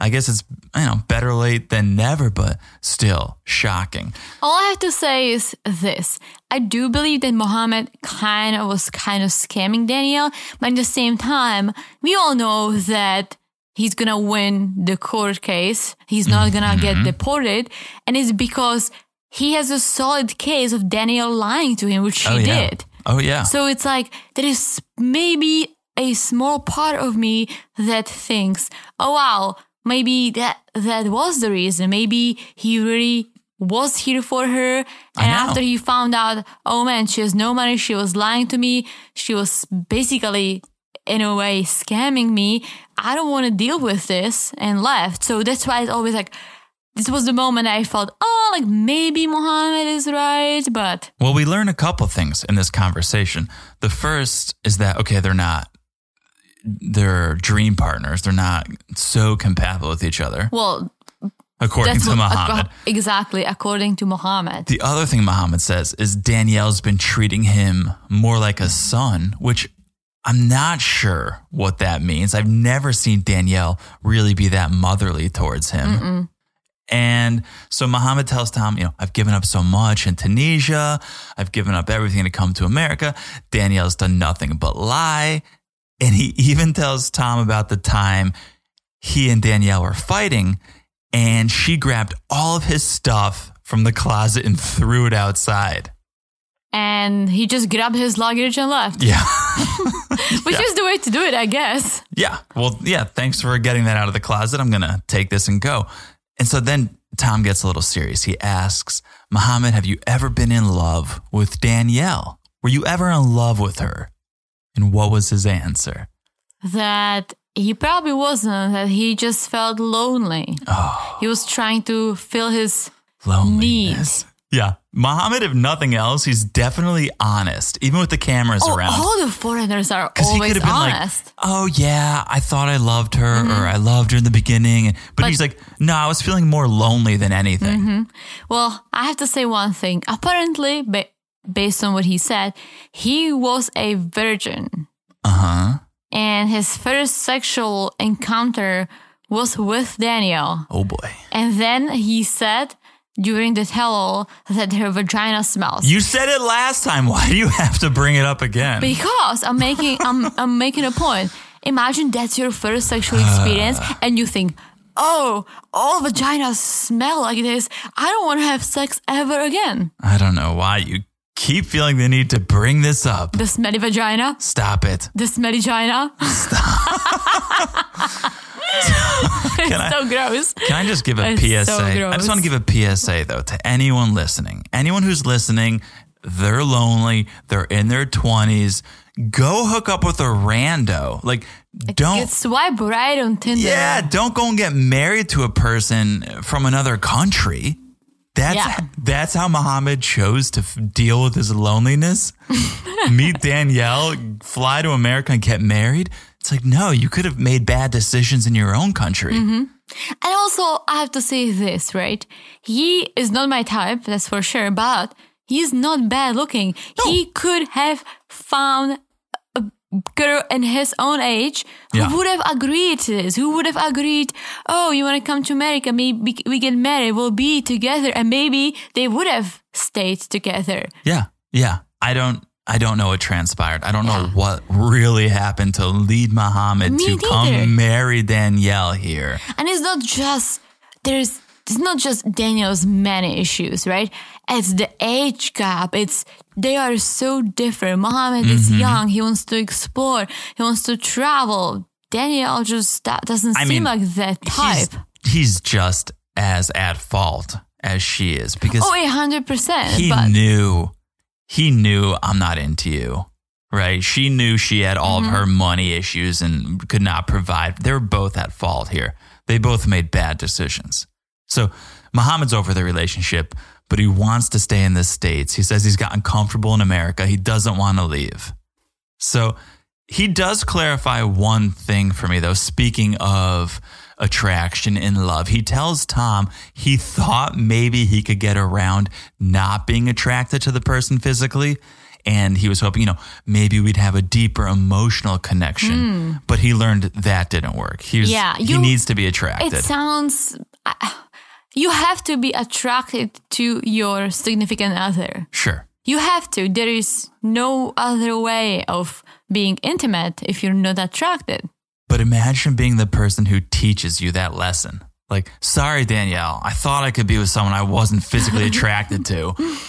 Speaker 1: I guess it's, you know, better late than never, but still shocking.
Speaker 2: All I have to say is this. I do believe that Mohammed kind of was kind of scamming Danielle, but at the same time, we all know that he's gonna win the court case. He's not gonna
Speaker 1: Mm-hmm.
Speaker 2: get deported. And it's because he has a solid case of Danielle lying to him, which she
Speaker 1: oh, yeah.
Speaker 2: did.
Speaker 1: Oh, yeah.
Speaker 2: So it's like there is maybe a small part of me that thinks, "Oh wow, maybe that that was the reason. Maybe he really was here for her." And
Speaker 1: know.
Speaker 2: after he found out, "Oh man, she has no money. She was lying to me. She was basically in a way scamming me. I don't want to deal with this." And left. So that's why it's always like this was the moment I felt, "Oh, like maybe Mohammed is right, but
Speaker 1: Well, we learn a couple things in this conversation. The first is that okay, they're not they're dream partners. They're not so compatible with each other,
Speaker 2: well,
Speaker 1: according to
Speaker 2: what-
Speaker 1: Muhammad.
Speaker 2: acco- exactly, according to Muhammad.
Speaker 1: the other thing Muhammad says is Danielle's been treating him more like a son, which I'm not sure what that means. I've never seen Danielle really be that motherly towards him. And so Muhammad tells Tom, you know, I've given up so much in Tunisia. I've given up everything to come to America. Danielle's done nothing but lie. And he even tells Tom about the time he and Danielle were fighting and she grabbed all of his stuff from the closet and threw it outside.
Speaker 2: And he just grabbed his luggage and left,
Speaker 1: Yeah.
Speaker 2: which is the way to do it, I guess.
Speaker 1: Yeah. Well, yeah. Thanks for getting that out of the closet. I'm going to take this and go. And so then Tom gets a little serious. He asks, Muhammad, have you ever been in love with Danielle? Were you ever in love with her? And what was his answer?
Speaker 2: That he probably wasn't, that he just felt lonely.
Speaker 1: Oh,
Speaker 2: He was trying to fill his.
Speaker 1: loneliness. Yeah. Muhammad, if nothing else, he's definitely honest, even with the cameras
Speaker 2: Oh,
Speaker 1: around.
Speaker 2: all the foreigners are
Speaker 1: Because he
Speaker 2: always
Speaker 1: could have been
Speaker 2: honest.
Speaker 1: like, oh, yeah, I thought I loved her or I loved her in the beginning. But, he's like, no, I was feeling more lonely than anything.
Speaker 2: Well, I have to say one thing. Apparently, ba- based on what he said, he was a virgin. Uh huh.
Speaker 1: Uh-huh.
Speaker 2: And his first sexual encounter was with Daniel.
Speaker 1: Oh, boy.
Speaker 2: And then he said during the tell-all that her vagina smells.
Speaker 1: You said it last time. Why do you have to bring it up again?
Speaker 2: because I'm making I'm I'm making a point. Imagine that's your first sexual experience and you think, "Oh, all vaginas smell like this. I don't want to have sex ever again."
Speaker 1: I don't know why you keep feeling the need to bring this up.
Speaker 2: The smelly vagina,
Speaker 1: Stop it.
Speaker 2: the smelly vagina.
Speaker 1: Can I,
Speaker 2: so gross.
Speaker 1: Can I just give a
Speaker 2: It's
Speaker 1: PSA?
Speaker 2: so
Speaker 1: I just
Speaker 2: gross.
Speaker 1: want to give a PSA though to anyone listening. Anyone who's listening, they're lonely, they're in their 20s. Go hook up with a rando. Like don't
Speaker 2: Get swipe right on Tinder.
Speaker 1: Yeah, don't go and get married to a person from another country. That's
Speaker 2: Yeah.
Speaker 1: that's how Muhammad chose to f- deal with his loneliness. Meet Danielle, fly to America and get married. It's like no, you could have made bad decisions in your own country.
Speaker 2: Mm-hmm. And also, I have to say this, right? He is not my type, that's for sure, but he's not bad looking. He could have found a girl in his own age who
Speaker 1: Yeah.
Speaker 2: would have agreed to this, who would have agreed, oh, you want to come to America? Maybe we get married, we'll be together, and maybe they would have stayed together.
Speaker 1: Yeah. Yeah. I don't I don't know what transpired. I don't know what really happened to lead Muhammad
Speaker 2: Me
Speaker 1: to
Speaker 2: neither.
Speaker 1: come marry Danielle here.
Speaker 2: And it's not just there's it's not just Daniel's many issues, right? It's the age gap. It's they are so different. Mohammed is
Speaker 1: Mm-hmm.
Speaker 2: young. He wants to explore. He wants to travel. Daniel just that doesn't
Speaker 1: I mean,
Speaker 2: seem like that type.
Speaker 1: He's, he's just as at fault as she is because
Speaker 2: Oh, hundred percent.
Speaker 1: he
Speaker 2: But
Speaker 1: knew he knew I'm not into you. Right? She knew she had all of her money issues and could not provide. They were both at fault here. They both made bad decisions. So Muhammad's over the relationship, but he wants to stay in the States. He says he's gotten comfortable in America. He doesn't want to leave. So he does clarify one thing for me, though. Speaking of attraction and love, he tells Tom he thought maybe he could get around not being attracted to the person physically. And he was hoping, you know, maybe we'd have a deeper emotional connection. But he learned that didn't work. He was,
Speaker 2: Hmm. Yeah,
Speaker 1: he
Speaker 2: you-
Speaker 1: needs to be attracted.
Speaker 2: it sounds. I- You have to be attracted to your significant other.
Speaker 1: sure.
Speaker 2: You have to. There is no other way of being intimate if you're not attracted.
Speaker 1: But imagine being the person who teaches you that lesson. Like, sorry, Danielle, I thought I could be with someone I wasn't physically attracted to,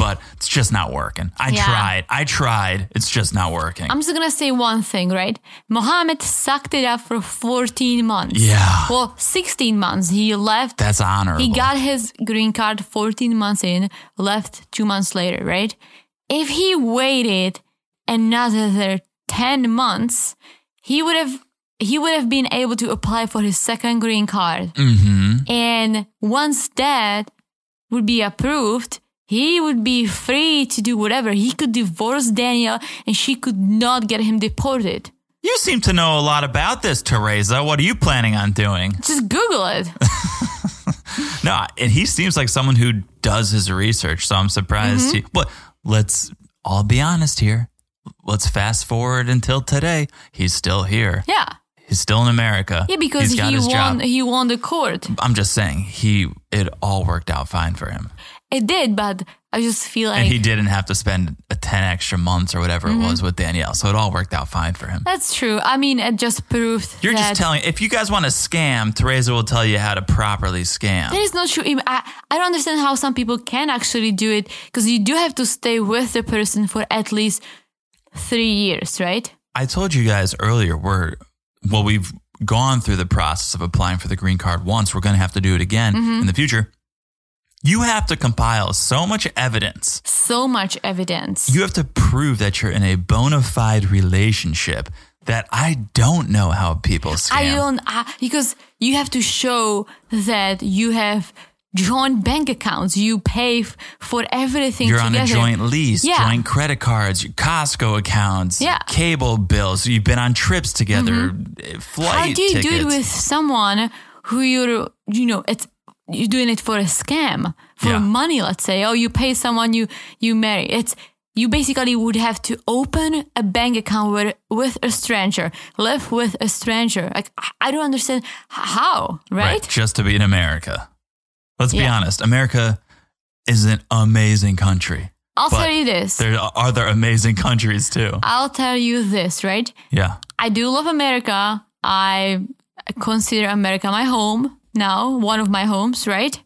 Speaker 1: but it's just not working. I
Speaker 2: Yeah.
Speaker 1: tried. I tried. It's just not working.
Speaker 2: I'm just gonna say one thing, right? Mohammed sucked it up for 14 months.
Speaker 1: Yeah.
Speaker 2: Well, 16 months. He left.
Speaker 1: That's honorable.
Speaker 2: he got his green card 14 months in, left two months later, right? If he waited another 10 months, he would have he would have been able to apply for his second green card.
Speaker 1: hmm
Speaker 2: And once that would be approved, he would be free to do whatever. He could divorce Daniel and she could not get him deported.
Speaker 1: You seem to know a lot about this, Teresa. What are you planning on doing?
Speaker 2: Just Google it.
Speaker 1: No, and he seems like someone who does his research, so I'm surprised
Speaker 2: Mm-hmm.
Speaker 1: he. But let's all be honest here. Let's fast forward until today. He's still here.
Speaker 2: Yeah.
Speaker 1: He's still in America.
Speaker 2: Yeah, because
Speaker 1: He's got
Speaker 2: he
Speaker 1: his
Speaker 2: won
Speaker 1: job.
Speaker 2: he won the court.
Speaker 1: I'm just saying he it all worked out fine for him.
Speaker 2: It did, but I just feel like Mm-hmm.
Speaker 1: and he didn't have to spend a 10 extra months or whatever it was with Danielle. So it all worked out fine for him.
Speaker 2: that's true. I mean, it just proved
Speaker 1: You're
Speaker 2: that
Speaker 1: just telling if you guys want to scam, Teresa will tell you how to properly scam.
Speaker 2: that is not true. I, I don't understand how some people can actually do it because you do have to stay with the person for at least three years, right?
Speaker 1: I told you guys earlier we're well we've gone through the process of applying for the green card once. We're going to have to do it again
Speaker 2: Mm-hmm.
Speaker 1: in the future. You have to compile so much evidence
Speaker 2: So much evidence.
Speaker 1: You have to prove that you're in a bona fide relationship that I don't know how people scam.
Speaker 2: I don't I, because you have to show that you have joint bank accounts. You pay f- for everything.
Speaker 1: you're on
Speaker 2: together.
Speaker 1: a joint lease,
Speaker 2: Yeah.
Speaker 1: joint credit cards, your Costco accounts,
Speaker 2: Yeah.
Speaker 1: cable bills. You've been on trips together, eh, flight
Speaker 2: How do you
Speaker 1: tickets.
Speaker 2: do it with someone who you're? You know, it's you're doing it for a scam for
Speaker 1: Yeah.
Speaker 2: money. Let's say, oh, you pay someone you you marry. It's you basically would have to open a bank account with, with a stranger, live with a stranger. Like I- I don't understand h- how, right?
Speaker 1: Just to be in America. Let's be
Speaker 2: Yeah.
Speaker 1: honest. America is an amazing country.
Speaker 2: I'll
Speaker 1: But
Speaker 2: tell you this.
Speaker 1: There are other amazing countries too.
Speaker 2: I'll tell you this, right?
Speaker 1: Yeah.
Speaker 2: I do love America. I consider America my home now, one of my homes, right?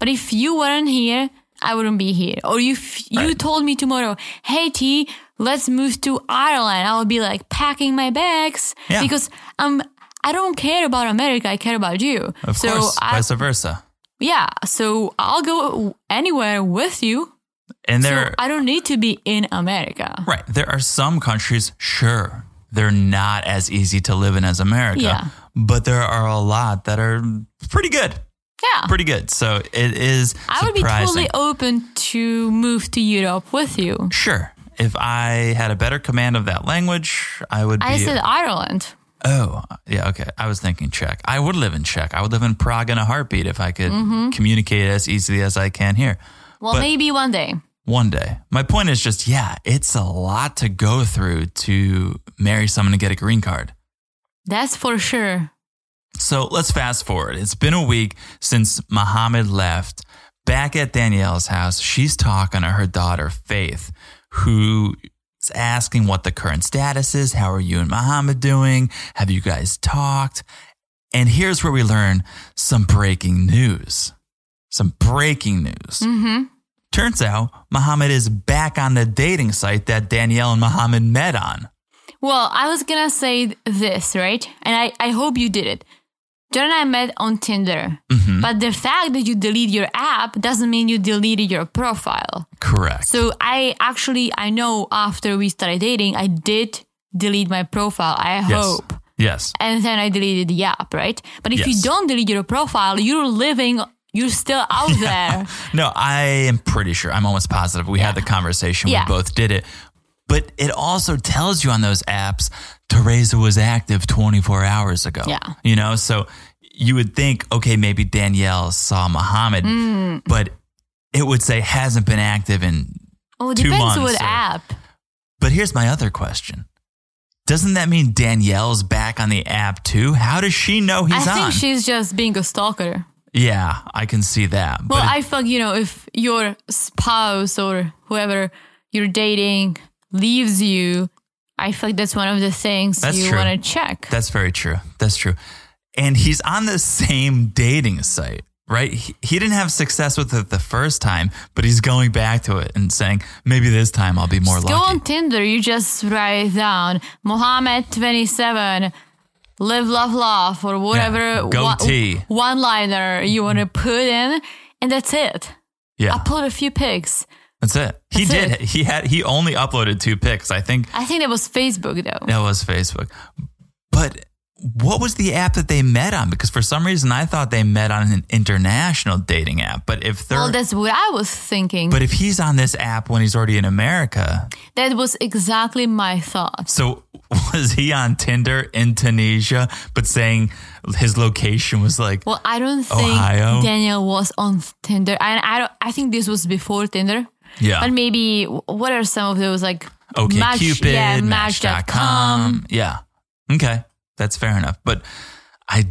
Speaker 2: But if you weren't here, I wouldn't be here. Or if you
Speaker 1: Right.
Speaker 2: told me tomorrow, hey T, let's move to Ireland, I would be like packing my bags
Speaker 1: Yeah.
Speaker 2: because I'm. I don't care about America. I care about you.
Speaker 1: Of
Speaker 2: so
Speaker 1: course.
Speaker 2: I,
Speaker 1: vice versa.
Speaker 2: yeah. So I'll go anywhere with you.
Speaker 1: And there
Speaker 2: so I don't need to be in America.
Speaker 1: Right. There are some countries, sure, they're not as easy to live in as America,
Speaker 2: Yeah.
Speaker 1: but there are a lot that are pretty good.
Speaker 2: Yeah.
Speaker 1: Pretty good. So it is
Speaker 2: I would be
Speaker 1: surprising.
Speaker 2: totally open to move to Europe with you.
Speaker 1: sure. If I had a better command of that language, I would be.
Speaker 2: I said Ireland.
Speaker 1: oh, yeah, okay. I was thinking Czech. I would live in Czech. I would live in Prague in a heartbeat if I could
Speaker 2: Mm-hmm.
Speaker 1: communicate as easily as I can here.
Speaker 2: Well,
Speaker 1: But-
Speaker 2: maybe one day.
Speaker 1: one day. My point is just, yeah, it's a lot to go through to marry someone and get a green card.
Speaker 2: That's for sure.
Speaker 1: So let's fast forward. It's been a week since Mohammed left. Back at Danielle's house, she's talking to her daughter, Faith, who is asking what the current status is. How are you and Mohammed doing? Have you guys talked? And here's where we learn some breaking news. Some breaking news.
Speaker 2: Mm-hmm.
Speaker 1: Turns out Mohammed is back on the dating site that Danielle and Mohammed met on.
Speaker 2: Well, I was gonna say this, right? And I, I hope you did it. John and I met on Tinder.
Speaker 1: Mm-hmm.
Speaker 2: But the fact that you delete your app doesn't mean you deleted your profile.
Speaker 1: Correct.
Speaker 2: So I actually I know after we started dating, I did delete my profile. I
Speaker 1: yes.
Speaker 2: hope.
Speaker 1: Yes.
Speaker 2: and then I deleted the app, right? But if you
Speaker 1: Yes.
Speaker 2: don't delete your profile, you're living, you're still out there.
Speaker 1: No, I am pretty sure. I'm almost positive. We had the conversation.
Speaker 2: Yeah.
Speaker 1: We both did it. But it also tells you on those apps, Teresa was active 24 hours ago.
Speaker 2: Yeah.
Speaker 1: You know, so you would think, okay, maybe Danielle saw Muhammad,
Speaker 2: Mm.
Speaker 1: but it would say hasn't been active in.
Speaker 2: Oh, it
Speaker 1: Two
Speaker 2: depends
Speaker 1: months
Speaker 2: what
Speaker 1: or-
Speaker 2: app.
Speaker 1: But here's my other question. Doesn't that mean Danielle's back on the app too? How does she know he's
Speaker 2: I think
Speaker 1: on?
Speaker 2: she's just being a stalker.
Speaker 1: yeah, I can see that.
Speaker 2: Well,
Speaker 1: but it-
Speaker 2: I feel you know, if your spouse or whoever you're dating leaves you, I feel like that's one of the things
Speaker 1: That's
Speaker 2: you
Speaker 1: true.
Speaker 2: want to check.
Speaker 1: That's very true. That's true. And he's on the same dating site, right? He, he didn't have success with it the first time, but he's going back to it and saying, maybe this time I'll be more
Speaker 2: Go
Speaker 1: lucky.
Speaker 2: on Tinder, you just write down Mohammed 27, live, love, love, or whatever
Speaker 1: Go T.
Speaker 2: one liner you want to put in, and that's it.
Speaker 1: yeah,
Speaker 2: Upload a few pics.
Speaker 1: that's it. He
Speaker 2: That's
Speaker 1: did. He had. He only uploaded two pics. I think
Speaker 2: I think that was Facebook though.
Speaker 1: that was Facebook. But what was the app that they met on? Because for some reason I thought they met on an international dating app. But if they're,
Speaker 2: Well, that's what I was thinking.
Speaker 1: but if he's on this app when he's already in America,
Speaker 2: that was exactly my thought.
Speaker 1: So was he on Tinder in Tunisia, but saying his location was like,
Speaker 2: Well, I don't think
Speaker 1: Ohio?
Speaker 2: Daniel was on Tinder. And I don't, I think this was before Tinder.
Speaker 1: yeah,
Speaker 2: But maybe what are some of those like
Speaker 1: okay,
Speaker 2: Match-
Speaker 1: Cupid,
Speaker 2: yeah,
Speaker 1: Match.com, yeah, okay, that's fair enough. But I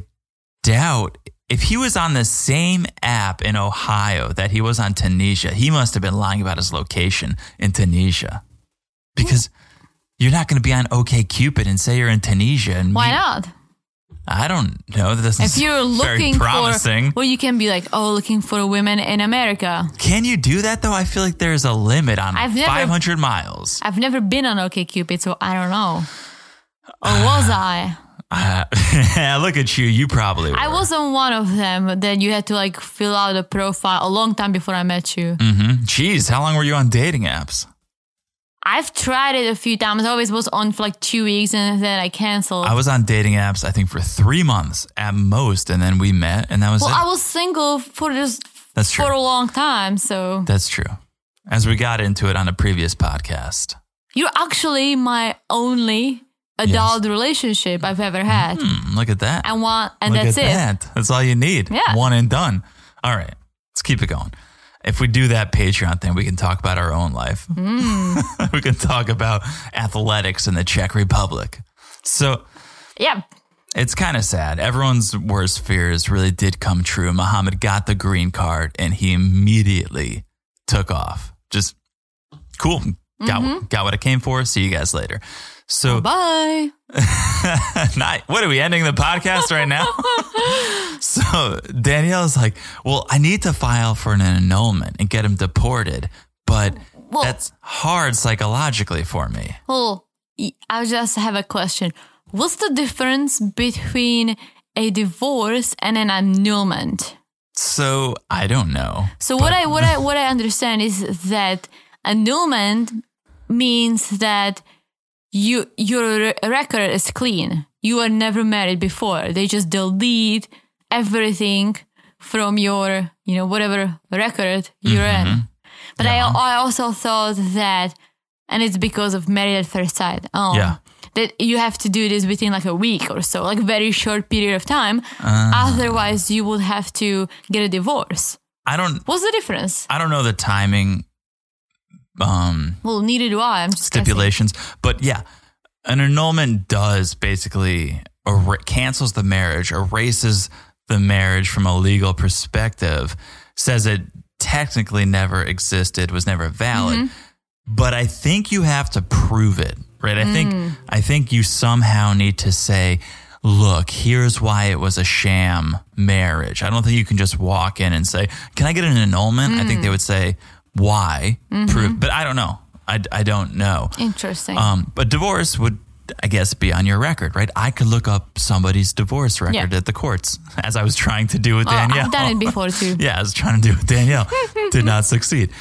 Speaker 1: doubt if he was on the same app in Ohio that he was on Tunisia, he must have been lying about his location in Tunisia, because. You're not going to be on OK Cupid and say you're in Tunisia and
Speaker 2: Why
Speaker 1: meet-
Speaker 2: not?
Speaker 1: I don't know. That doesn't
Speaker 2: If you're
Speaker 1: sound very
Speaker 2: looking
Speaker 1: promising.
Speaker 2: for, well, you can be like, oh, looking for women in America.
Speaker 1: Can you do that though? I feel like there's a limit on
Speaker 2: I've never-
Speaker 1: 500 miles.
Speaker 2: I've never been on OkCupid, so I don't know. Or was I?
Speaker 1: Uh, look at you. You probably were.
Speaker 2: I was on one of them that you had to like fill out a profile a long time before I met you.
Speaker 1: Mhm. Jeez, how long were you on dating apps?
Speaker 2: I've tried it a few times. I always was on for like two weeks and then I canceled.
Speaker 1: I was on dating apps, I think, for three months at most, and then we met, and that was
Speaker 2: well,
Speaker 1: it.
Speaker 2: I was single for just
Speaker 1: That's
Speaker 2: for
Speaker 1: true.
Speaker 2: a long time, so
Speaker 1: That's true. As we got into it on a previous podcast.
Speaker 2: you're actually my only adult relationship I've ever had.
Speaker 1: Hmm, look at that.
Speaker 2: And one, and
Speaker 1: Look
Speaker 2: that's it.
Speaker 1: at That. That's all you need.
Speaker 2: Yeah.
Speaker 1: One and done. All right. Let's keep it going. If we do that Patreon thing, we can talk about our own life.
Speaker 2: Mm.
Speaker 1: we can talk about athletics in the Czech Republic. So
Speaker 2: Yeah,
Speaker 1: it's kind of sad. Everyone's worst fears really did come true. Muhammad got the green card and he immediately took off. Just cool. Got
Speaker 2: Mm-hmm.
Speaker 1: got what I came for. See you guys later. So
Speaker 2: Bye.
Speaker 1: not, what are we ending the podcast right now? so Danielle's like, well, I need to file for an annulment and get him deported, but
Speaker 2: Well-
Speaker 1: that's hard psychologically for me.
Speaker 2: Well, y- I just have a question. What's the difference between a divorce and an annulment?
Speaker 1: So I don't know.
Speaker 2: So what I what I what I understand is that annulment means that you your record is clean. You were never married before. They just delete everything from your you know whatever record you're in. But I I also thought that, and it's because of married at first sight. Oh,
Speaker 1: Yeah.
Speaker 2: That you have to do this within like a week or so, like very short period of time. Otherwise, you would have to get a divorce.
Speaker 1: I don't.
Speaker 2: What's the difference?
Speaker 1: I don't know the timing um,
Speaker 2: Well, neither do I. I'm just guessing.
Speaker 1: stipulations, but yeah, an annulment does basically er- cancels the marriage, erases the marriage from a legal perspective, says it technically never existed, was never valid. But I think you have to prove it, right? I think I think you somehow need to say, look, here's why it was a sham marriage. I don't think you can just walk in and say, "Can I get an annulment?" I think they would say, "Why?" Prove, but I don't know. I, I don't know.
Speaker 2: Interesting.
Speaker 1: Um, but divorce would, I guess, be on your record, right? I could look up somebody's divorce record
Speaker 2: Yeah.
Speaker 1: at the courts, as I was trying to do with
Speaker 2: Oh,
Speaker 1: Danielle.
Speaker 2: I've done it before too.
Speaker 1: yeah, I was trying to do with Danielle. Did not succeed.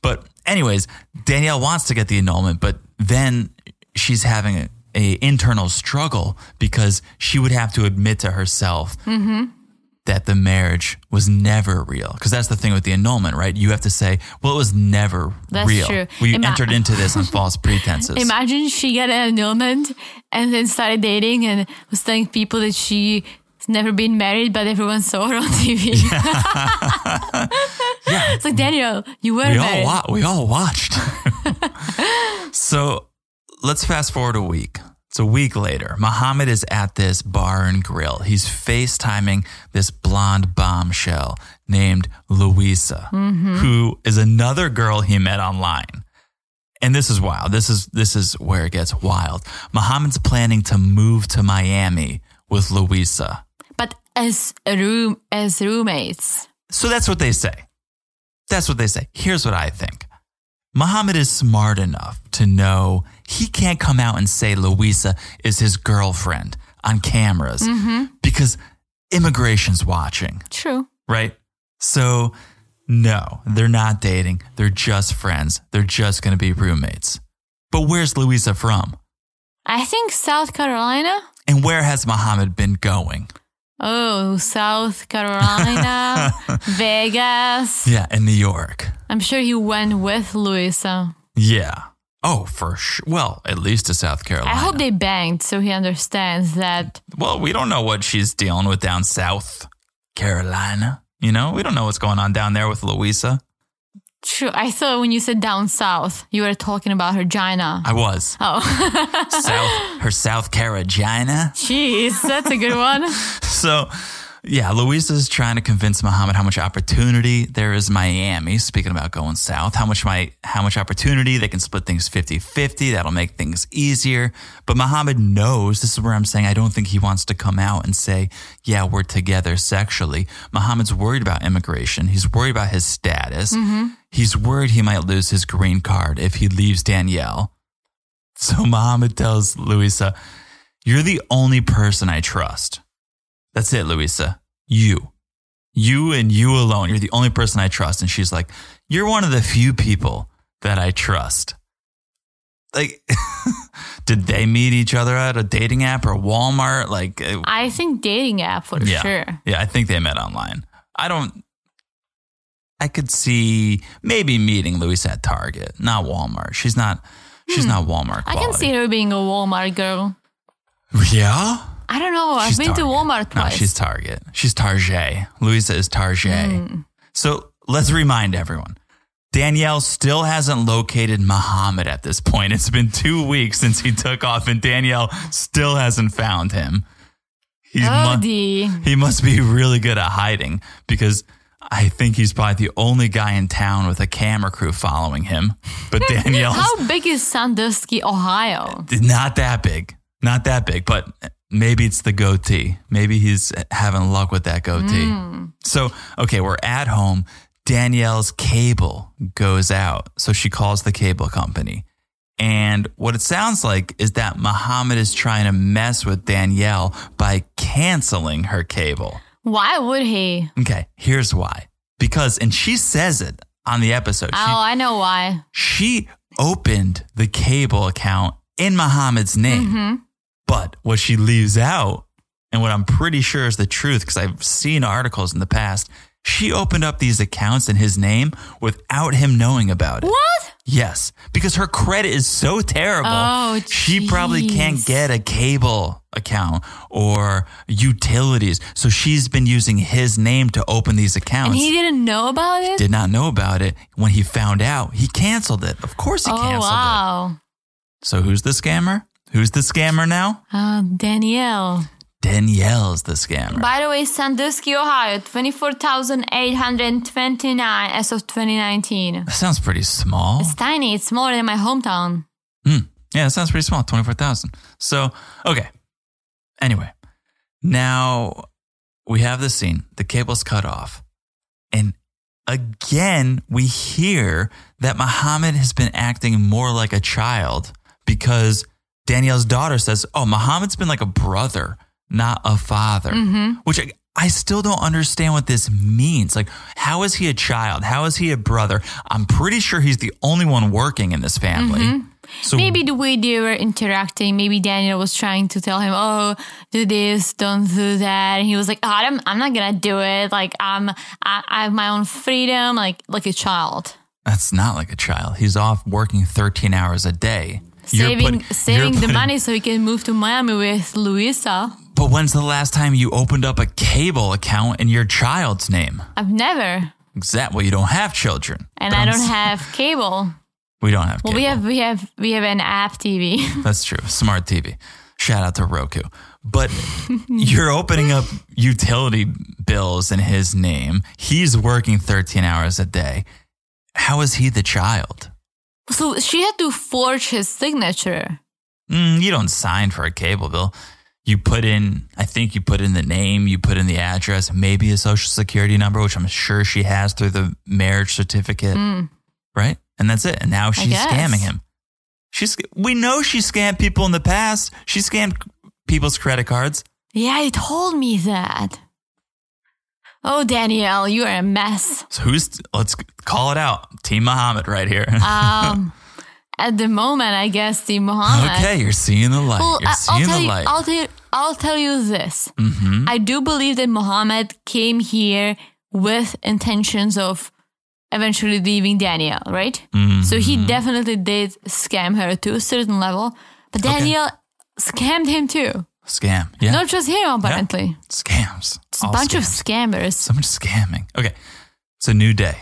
Speaker 1: But anyways, Danielle wants to get the annulment, but then she's having a, a internal struggle because she would have to admit to herself
Speaker 2: Mm-hmm.
Speaker 1: that the marriage was never real. Because that's the thing with the annulment, right? You have to say, well, it was never
Speaker 2: That's
Speaker 1: real.
Speaker 2: true.
Speaker 1: We
Speaker 2: Ima-
Speaker 1: entered into this on false pretenses.
Speaker 2: Imagine she got an annulment and then started dating and was telling people that she's never been married, but everyone saw her on TV. it's like Daniel, you were
Speaker 1: we all
Speaker 2: married.
Speaker 1: wa- we all watched. so let's fast forward a week. It's a week later. Muhammad is at this bar and grill. He's FaceTiming this blonde bombshell named Louisa, who is another girl he met online. And this is wild. This is this is where it gets wild. Muhammad's planning to move to Miami with Louisa.
Speaker 2: but as a room as roommates.
Speaker 1: So that's what they say. That's what they say. Here's what I think Muhammad is smart enough to know he can't come out and say Louisa is his girlfriend on cameras
Speaker 2: Mm-hmm.
Speaker 1: because immigration's watching,
Speaker 2: True.
Speaker 1: right? So, no, they're not dating. They're just friends. They're just going to be roommates. But where's Louisa from?
Speaker 2: I think South Carolina.
Speaker 1: And where has Muhammad been going?
Speaker 2: Oh, South Carolina, Vegas.
Speaker 1: Yeah, in New York.
Speaker 2: I'm sure he went with Louisa.
Speaker 1: Yeah. Oh, for sure. Well, at least to South Carolina.
Speaker 2: I hope they banged so he understands that.
Speaker 1: Well, we don't know what she's dealing with down South Carolina. You know, we don't know what's going on down there with Louisa.
Speaker 2: True. I thought when you said down south, you were talking about her vagina.
Speaker 1: I was
Speaker 2: Oh,
Speaker 1: South her South Carolina.
Speaker 2: jeez, that's a good one.
Speaker 1: So, yeah, Louisa's trying to convince Muhammad how much opportunity there is in Miami, speaking about going south, how much my how much opportunity they can split things 50-50, that'll make things easier. But Muhammad knows, this is where I'm saying I don't think he wants to come out and say, "Yeah, we're together sexually." Muhammad's worried about immigration. He's worried about his status. He's worried he might lose his green card if he leaves Danielle. So Muhammad tells Louisa, "You're the only person I trust." That's it, Louisa. You. You and you alone. You're the only person I trust. And she's like, You're one of the few people that I trust. Like, did they meet each other at a dating app or Walmart? Like, uh,
Speaker 2: I think dating app for
Speaker 1: yeah.
Speaker 2: sure.
Speaker 1: Yeah, I think they met online. I don't. I could see maybe meeting Louisa at Target, not Walmart. She's not. She's not Walmart.
Speaker 2: Hmm. I can
Speaker 1: quality.
Speaker 2: see her being a Walmart girl.
Speaker 1: Yeah.
Speaker 2: I don't know. I've
Speaker 1: She's
Speaker 2: been to
Speaker 1: Target.
Speaker 2: Walmart twice. Hmm.
Speaker 1: No, she's Target. She's Target. Louisa is Target. So let's remind everyone. Danielle still hasn't located Muhammad at this point. It's been two weeks since he took off, and Danielle still hasn't found him. He's
Speaker 2: oh,
Speaker 1: mu-
Speaker 2: the
Speaker 1: he must be really good at hiding because I think he's probably the only guy in town with a camera crew following him. But Danielle's
Speaker 2: How big is Sandusky, Ohio?
Speaker 1: not that big, not that big, but maybe it's the goatee. Maybe he's having luck with that goatee. So, okay, we're at home. Danielle's cable goes out. So she calls the cable company. And what it sounds like is that Muhammad is trying to mess with Danielle by canceling her cable.
Speaker 2: Why would he?
Speaker 1: Okay, here's why. Because, and she says it on the episode. She,
Speaker 2: Oh, I know why.
Speaker 1: she opened the cable account in Muhammad's name. But what she leaves out, and what I'm pretty sure is the truth, because I've seen articles in the past, she opened up these accounts in his name without him knowing about it.
Speaker 2: What?
Speaker 1: Yes, because her credit is so terrible.
Speaker 2: Oh,
Speaker 1: she probably can't
Speaker 2: jeez.
Speaker 1: get a cable account or utilities. So she's been using his name to open these accounts.
Speaker 2: And he didn't know about it?
Speaker 1: did not know about it. When he found out, he canceled it. Of course, he
Speaker 2: oh,
Speaker 1: canceled it.
Speaker 2: wow.
Speaker 1: So who's the scammer? Who's the scammer now?
Speaker 2: Uh, Danielle.
Speaker 1: Danielle's the scammer.
Speaker 2: By the way, Sandusky, Ohio, 24,829 as of 2019.
Speaker 1: that sounds pretty small.
Speaker 2: It's tiny. It's smaller than my hometown.
Speaker 1: Hmm. Yeah, that sounds pretty small, 24,000. So, okay. Anyway, now we have this scene. The cable's cut off. And again, we hear that Muhammad has been acting more like a child because Danielle's daughter says, Oh, Muhammad's been like a brother, not a father, which I, I still don't understand what this means. Like, how is he a child? How is he a brother? I'm pretty sure he's the only one working in this family. So
Speaker 2: Maybe the way they were interacting, maybe Daniel was trying to tell him, "Oh, do this, don't do that," and he was like, oh, "I'm, I'm not gonna do it. Like, I'm, I, I have my own freedom, like, like a child."
Speaker 1: That's not like a child. He's off working 13 hours a day. You're
Speaker 2: saving
Speaker 1: putting- you're
Speaker 2: saving the
Speaker 1: putting-
Speaker 2: money so he can move to Miami with Luisa.
Speaker 1: But when's the last time you opened up a cable account in your child's name?
Speaker 2: I've never,
Speaker 1: Exactly. Well, you don't have children.
Speaker 2: and
Speaker 1: But
Speaker 2: I
Speaker 1: I'm
Speaker 2: don't
Speaker 1: s-
Speaker 2: have cable.
Speaker 1: We don't have
Speaker 2: Well,
Speaker 1: cable.
Speaker 2: we have we have we have an app TV.
Speaker 1: That's true. Smart TV. Shout out to Roku. But you're opening up utility bills in his name. He's working 13 hours a day. How is he the child?
Speaker 2: so she had to forge his signature.
Speaker 1: Mm, you don't sign for a cable bill. You put in, I think you put in the name, you put in the address, maybe a social security number, which I'm sure she has through the marriage certificate, right? And that's it. And now she's
Speaker 2: Mm. guess.
Speaker 1: scamming him. She's we know she scammed people in the past. She scammed people's credit cards.
Speaker 2: Yeah, he told me that. Oh, Danielle, you are a mess.
Speaker 1: So who's let's call it out, Team Muhammad right here.
Speaker 2: Um, at the moment, I guess the Muhammad.
Speaker 1: okay, you're seeing the light.
Speaker 2: Well,
Speaker 1: you're
Speaker 2: I- I'll
Speaker 1: seeing
Speaker 2: tell
Speaker 1: the
Speaker 2: you.
Speaker 1: light. Mm-hmm.
Speaker 2: I'll tell. I'll tell you this. I do believe that Muhammad came here with intentions of eventually leaving Danielle, right? So
Speaker 1: Mm-hmm.
Speaker 2: he definitely did scam her to a certain level, but Danielle scammed him too.
Speaker 1: Scam. Yeah.
Speaker 2: Not just him, apparently.
Speaker 1: Scams.
Speaker 2: It's a
Speaker 1: All
Speaker 2: bunch of
Speaker 1: scams.
Speaker 2: scammers.
Speaker 1: So much scamming. Okay. It's a new day.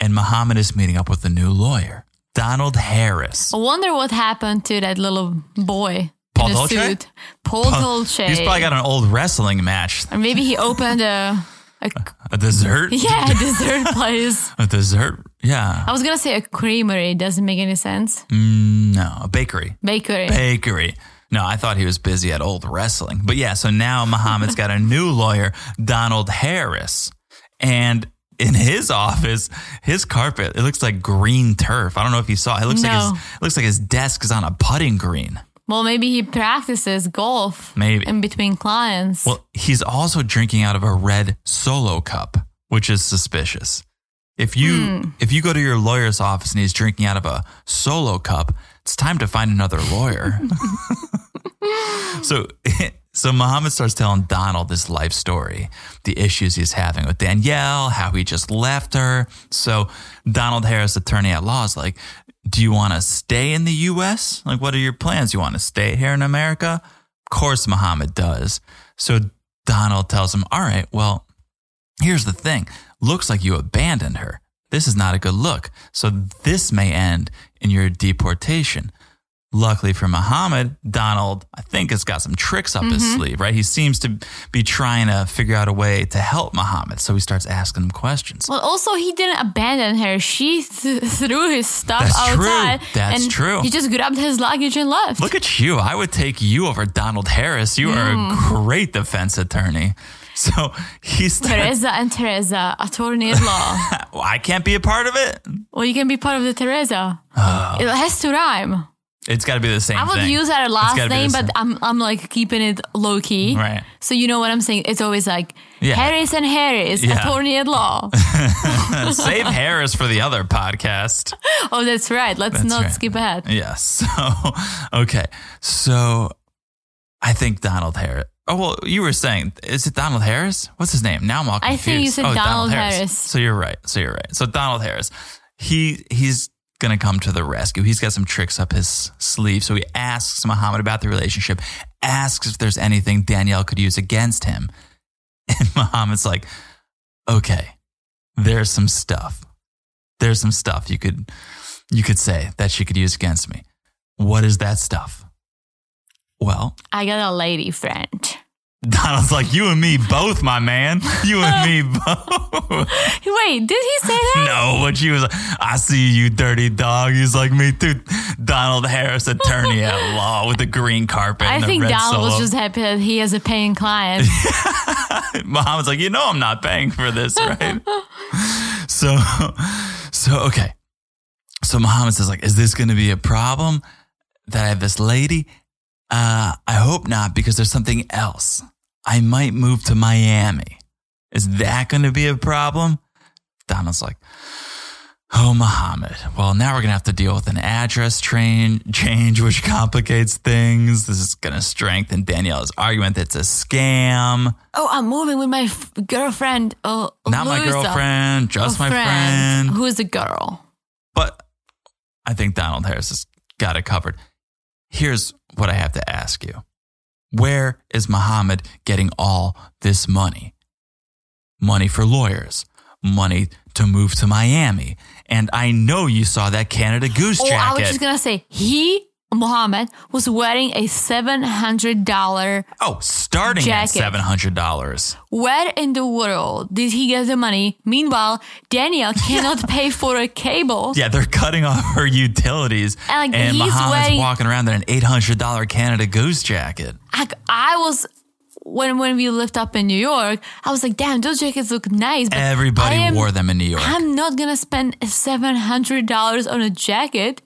Speaker 1: And Muhammad is meeting up with a new lawyer, Donald Harris.
Speaker 2: I wonder what happened to that little boy
Speaker 1: Paul
Speaker 2: in the
Speaker 1: Dolce?
Speaker 2: suit. Paul Dolce.
Speaker 1: He's probably got an old wrestling match.
Speaker 2: or maybe he opened a, a
Speaker 1: A dessert?
Speaker 2: yeah, a dessert place.
Speaker 1: A dessert? Yeah.
Speaker 2: I was gonna say a creamery. It doesn't make any sense.
Speaker 1: Mm, no, a bakery.
Speaker 2: Bakery.
Speaker 1: Bakery. No, I thought he was busy at old wrestling. But yeah, so now Muhammad's got a new lawyer, Donald Harris. And in his office, his carpet, it looks like green turf. I don't know if you saw it. It looks
Speaker 2: No.
Speaker 1: like his it looks like his desk is on a putting green.
Speaker 2: well, maybe he practices golf.
Speaker 1: Maybe.
Speaker 2: in between clients.
Speaker 1: Well, he's also drinking out of a red solo cup, which is suspicious. If you if you go to your lawyer's office and he's drinking out of a solo cup, it's time to find another lawyer. so so Muhammad starts telling Donald his life story, the issues he's having with Danielle, how he just left her. So Donald Harris, attorney at law, is like, "Do you want to stay in the U.S.? Like, what are your plans? You want to stay here in America?" Of course, Muhammad does. So Donald tells him, "All right, well, Here's the thing looks like you abandoned her. This is not a good look. So, this may end in your deportation. Luckily for Muhammad, Donald, I think, has got some tricks up
Speaker 2: Mm-hmm.
Speaker 1: his sleeve, right? He seems to be trying to figure out a way to help Muhammad. So he starts asking him questions.
Speaker 2: Well, also he didn't abandon her. She th- threw his stuff
Speaker 1: That's true.
Speaker 2: outside.
Speaker 1: That's
Speaker 2: and
Speaker 1: true.
Speaker 2: He just grabbed his luggage and left.
Speaker 1: Look at you. I would take you over Donald Harris. You are
Speaker 2: Mm.
Speaker 1: a great defense attorney. So he starts,
Speaker 2: Teresa and Teresa, attorney at law.
Speaker 1: well, I can't be a part of it.
Speaker 2: well, you can be part of the Teresa. It has to rhyme.
Speaker 1: It's got to be the Oh. same
Speaker 2: I would
Speaker 1: thing.
Speaker 2: use her last
Speaker 1: gotta be
Speaker 2: name,
Speaker 1: the
Speaker 2: but
Speaker 1: same.
Speaker 2: I'm I'm like keeping it low key.
Speaker 1: Right.
Speaker 2: So you know what I'm saying? It's always like
Speaker 1: Yeah.
Speaker 2: Harris and Harris,
Speaker 1: Yeah.
Speaker 2: attorney at law.
Speaker 1: Save Harris for the other podcast.
Speaker 2: oh, that's right. Let's
Speaker 1: That's
Speaker 2: not
Speaker 1: right.
Speaker 2: skip ahead.
Speaker 1: Yes. So, okay. So I think Donald Harris. Oh, well, you were saying, is it Donald Harris? What's his name? Now I'm all
Speaker 2: I
Speaker 1: confused.
Speaker 2: think you said
Speaker 1: oh,
Speaker 2: Donald Harris.
Speaker 1: So you're right. So you're right. So Donald Harris, he he's going to come to the rescue. He's got some tricks up his sleeve. So he asks Muhammad about the relationship, asks if there's anything Danielle could use against him. And Muhammad's like, okay, there's some stuff. There's some stuff you could you could say that she could use against me. What is that stuff? Well,
Speaker 2: I got a lady friend.
Speaker 1: Donald's like, you and me both, my man. You and me both.
Speaker 2: Wait, did he say that?
Speaker 1: no, but she was like, I see you, dirty dog. He's like, me too. Donald Harris, attorney at law with the green carpet.
Speaker 2: I
Speaker 1: and
Speaker 2: think
Speaker 1: the red
Speaker 2: Donald was
Speaker 1: solo.
Speaker 2: just happy that he has a paying client.
Speaker 1: Muhammad's like, you know, I'm not paying for this, right? so, so okay. So Muhammad says, like, is this going to be a problem that I have this lady? Uh, I hope not, because there's something else. I might move to Miami. Is that going to be a problem? Donald's like, oh, Muhammad. Well, now we're going to have to deal with an address train change, which complicates things. This is going to strengthen Danielle's argument that it's a scam
Speaker 2: oh, I'm moving with my f- girlfriend. Oh,
Speaker 1: not my
Speaker 2: Louisa.
Speaker 1: girlfriend,
Speaker 2: A
Speaker 1: just my friend.
Speaker 2: Who is a girl?
Speaker 1: But I think Donald Harris has got it covered. Here's what I have to ask you Where is Muhammad getting all this money? Money for lawyers, money to move to Miami. And I know you saw that Canada Goose
Speaker 2: Oh, I was
Speaker 1: jacket.
Speaker 2: just gonna say he Mohammed was wearing a seven hundred dollar.
Speaker 1: oh, starting
Speaker 2: Jacket.
Speaker 1: at $700.
Speaker 2: Where in the world did he get the money? Meanwhile, Danielle cannot pay for a cable.
Speaker 1: Yeah, they're cutting off her utilities.
Speaker 2: And, like,
Speaker 1: and
Speaker 2: he's
Speaker 1: Muhammad's
Speaker 2: wearing-
Speaker 1: walking around in an $800 Canada Goose jacket.
Speaker 2: I, I was when when we lived up in New York. I was like, damn, those jackets look nice. But
Speaker 1: Everybody
Speaker 2: I am-
Speaker 1: wore them in New York.
Speaker 2: I'm not gonna spend seven hundred dollars on a jacket.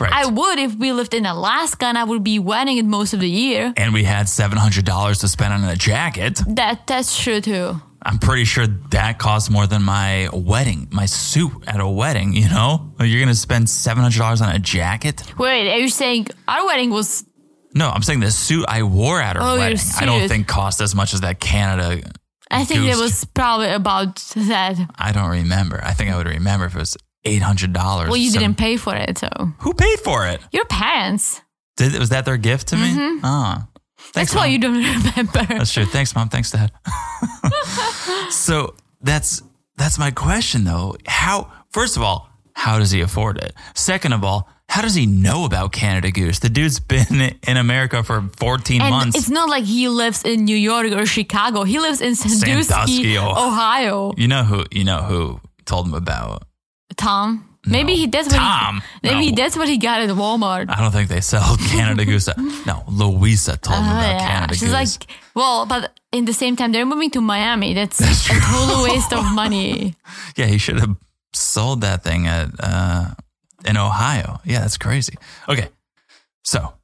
Speaker 1: right.
Speaker 2: I would if we lived in Alaska and I would be wearing it most of the year.
Speaker 1: and we had $700 to spend on a jacket.
Speaker 2: That that's true too.
Speaker 1: I'm pretty sure that cost more than my wedding, my suit at a wedding, you know? You're going to spend $700 on a jacket?
Speaker 2: Wait, are you saying our wedding was
Speaker 1: No, I'm saying the suit I wore at her
Speaker 2: Oh, your
Speaker 1: wedding, I don't
Speaker 2: suit.
Speaker 1: think cost as much as that Canada.
Speaker 2: I think it
Speaker 1: Goose.
Speaker 2: was probably about that.
Speaker 1: I don't remember. I think I would remember if it was $800.
Speaker 2: Well, you
Speaker 1: Some-
Speaker 2: didn't pay for it, so
Speaker 1: Who paid for it?
Speaker 2: your parents.
Speaker 1: Did, was that their gift to me? Ah,
Speaker 2: Mm-hmm. That's
Speaker 1: Thanks,
Speaker 2: why
Speaker 1: Mom.
Speaker 2: you don't remember.
Speaker 1: That's true. Thanks, mom. Thanks, dad. so that's that's my question though. How first of all, how does he afford it? Second of all, how does he know about Canada Goose? The dude's been in America for 14
Speaker 2: And it's
Speaker 1: months.
Speaker 2: not like he lives in New York or Chicago. He lives in Sandusky,
Speaker 1: Sandusky, Ohio.
Speaker 2: Ohio.
Speaker 1: You know who you know who told him about.
Speaker 2: Tom. Maybe he that's what
Speaker 1: Tom?
Speaker 2: He, maybe
Speaker 1: No.
Speaker 2: that's what he got at Walmart.
Speaker 1: I don't think they sell Canada Goose. No, Louisa told him
Speaker 2: Oh,
Speaker 1: about
Speaker 2: yeah.
Speaker 1: Canada
Speaker 2: She's
Speaker 1: Goose.
Speaker 2: like, well, but in the same time, they're moving to Miami. That's, a total waste of money.
Speaker 1: Yeah, he should have sold that thing at uh, in Ohio. Yeah, that's crazy. Okay, so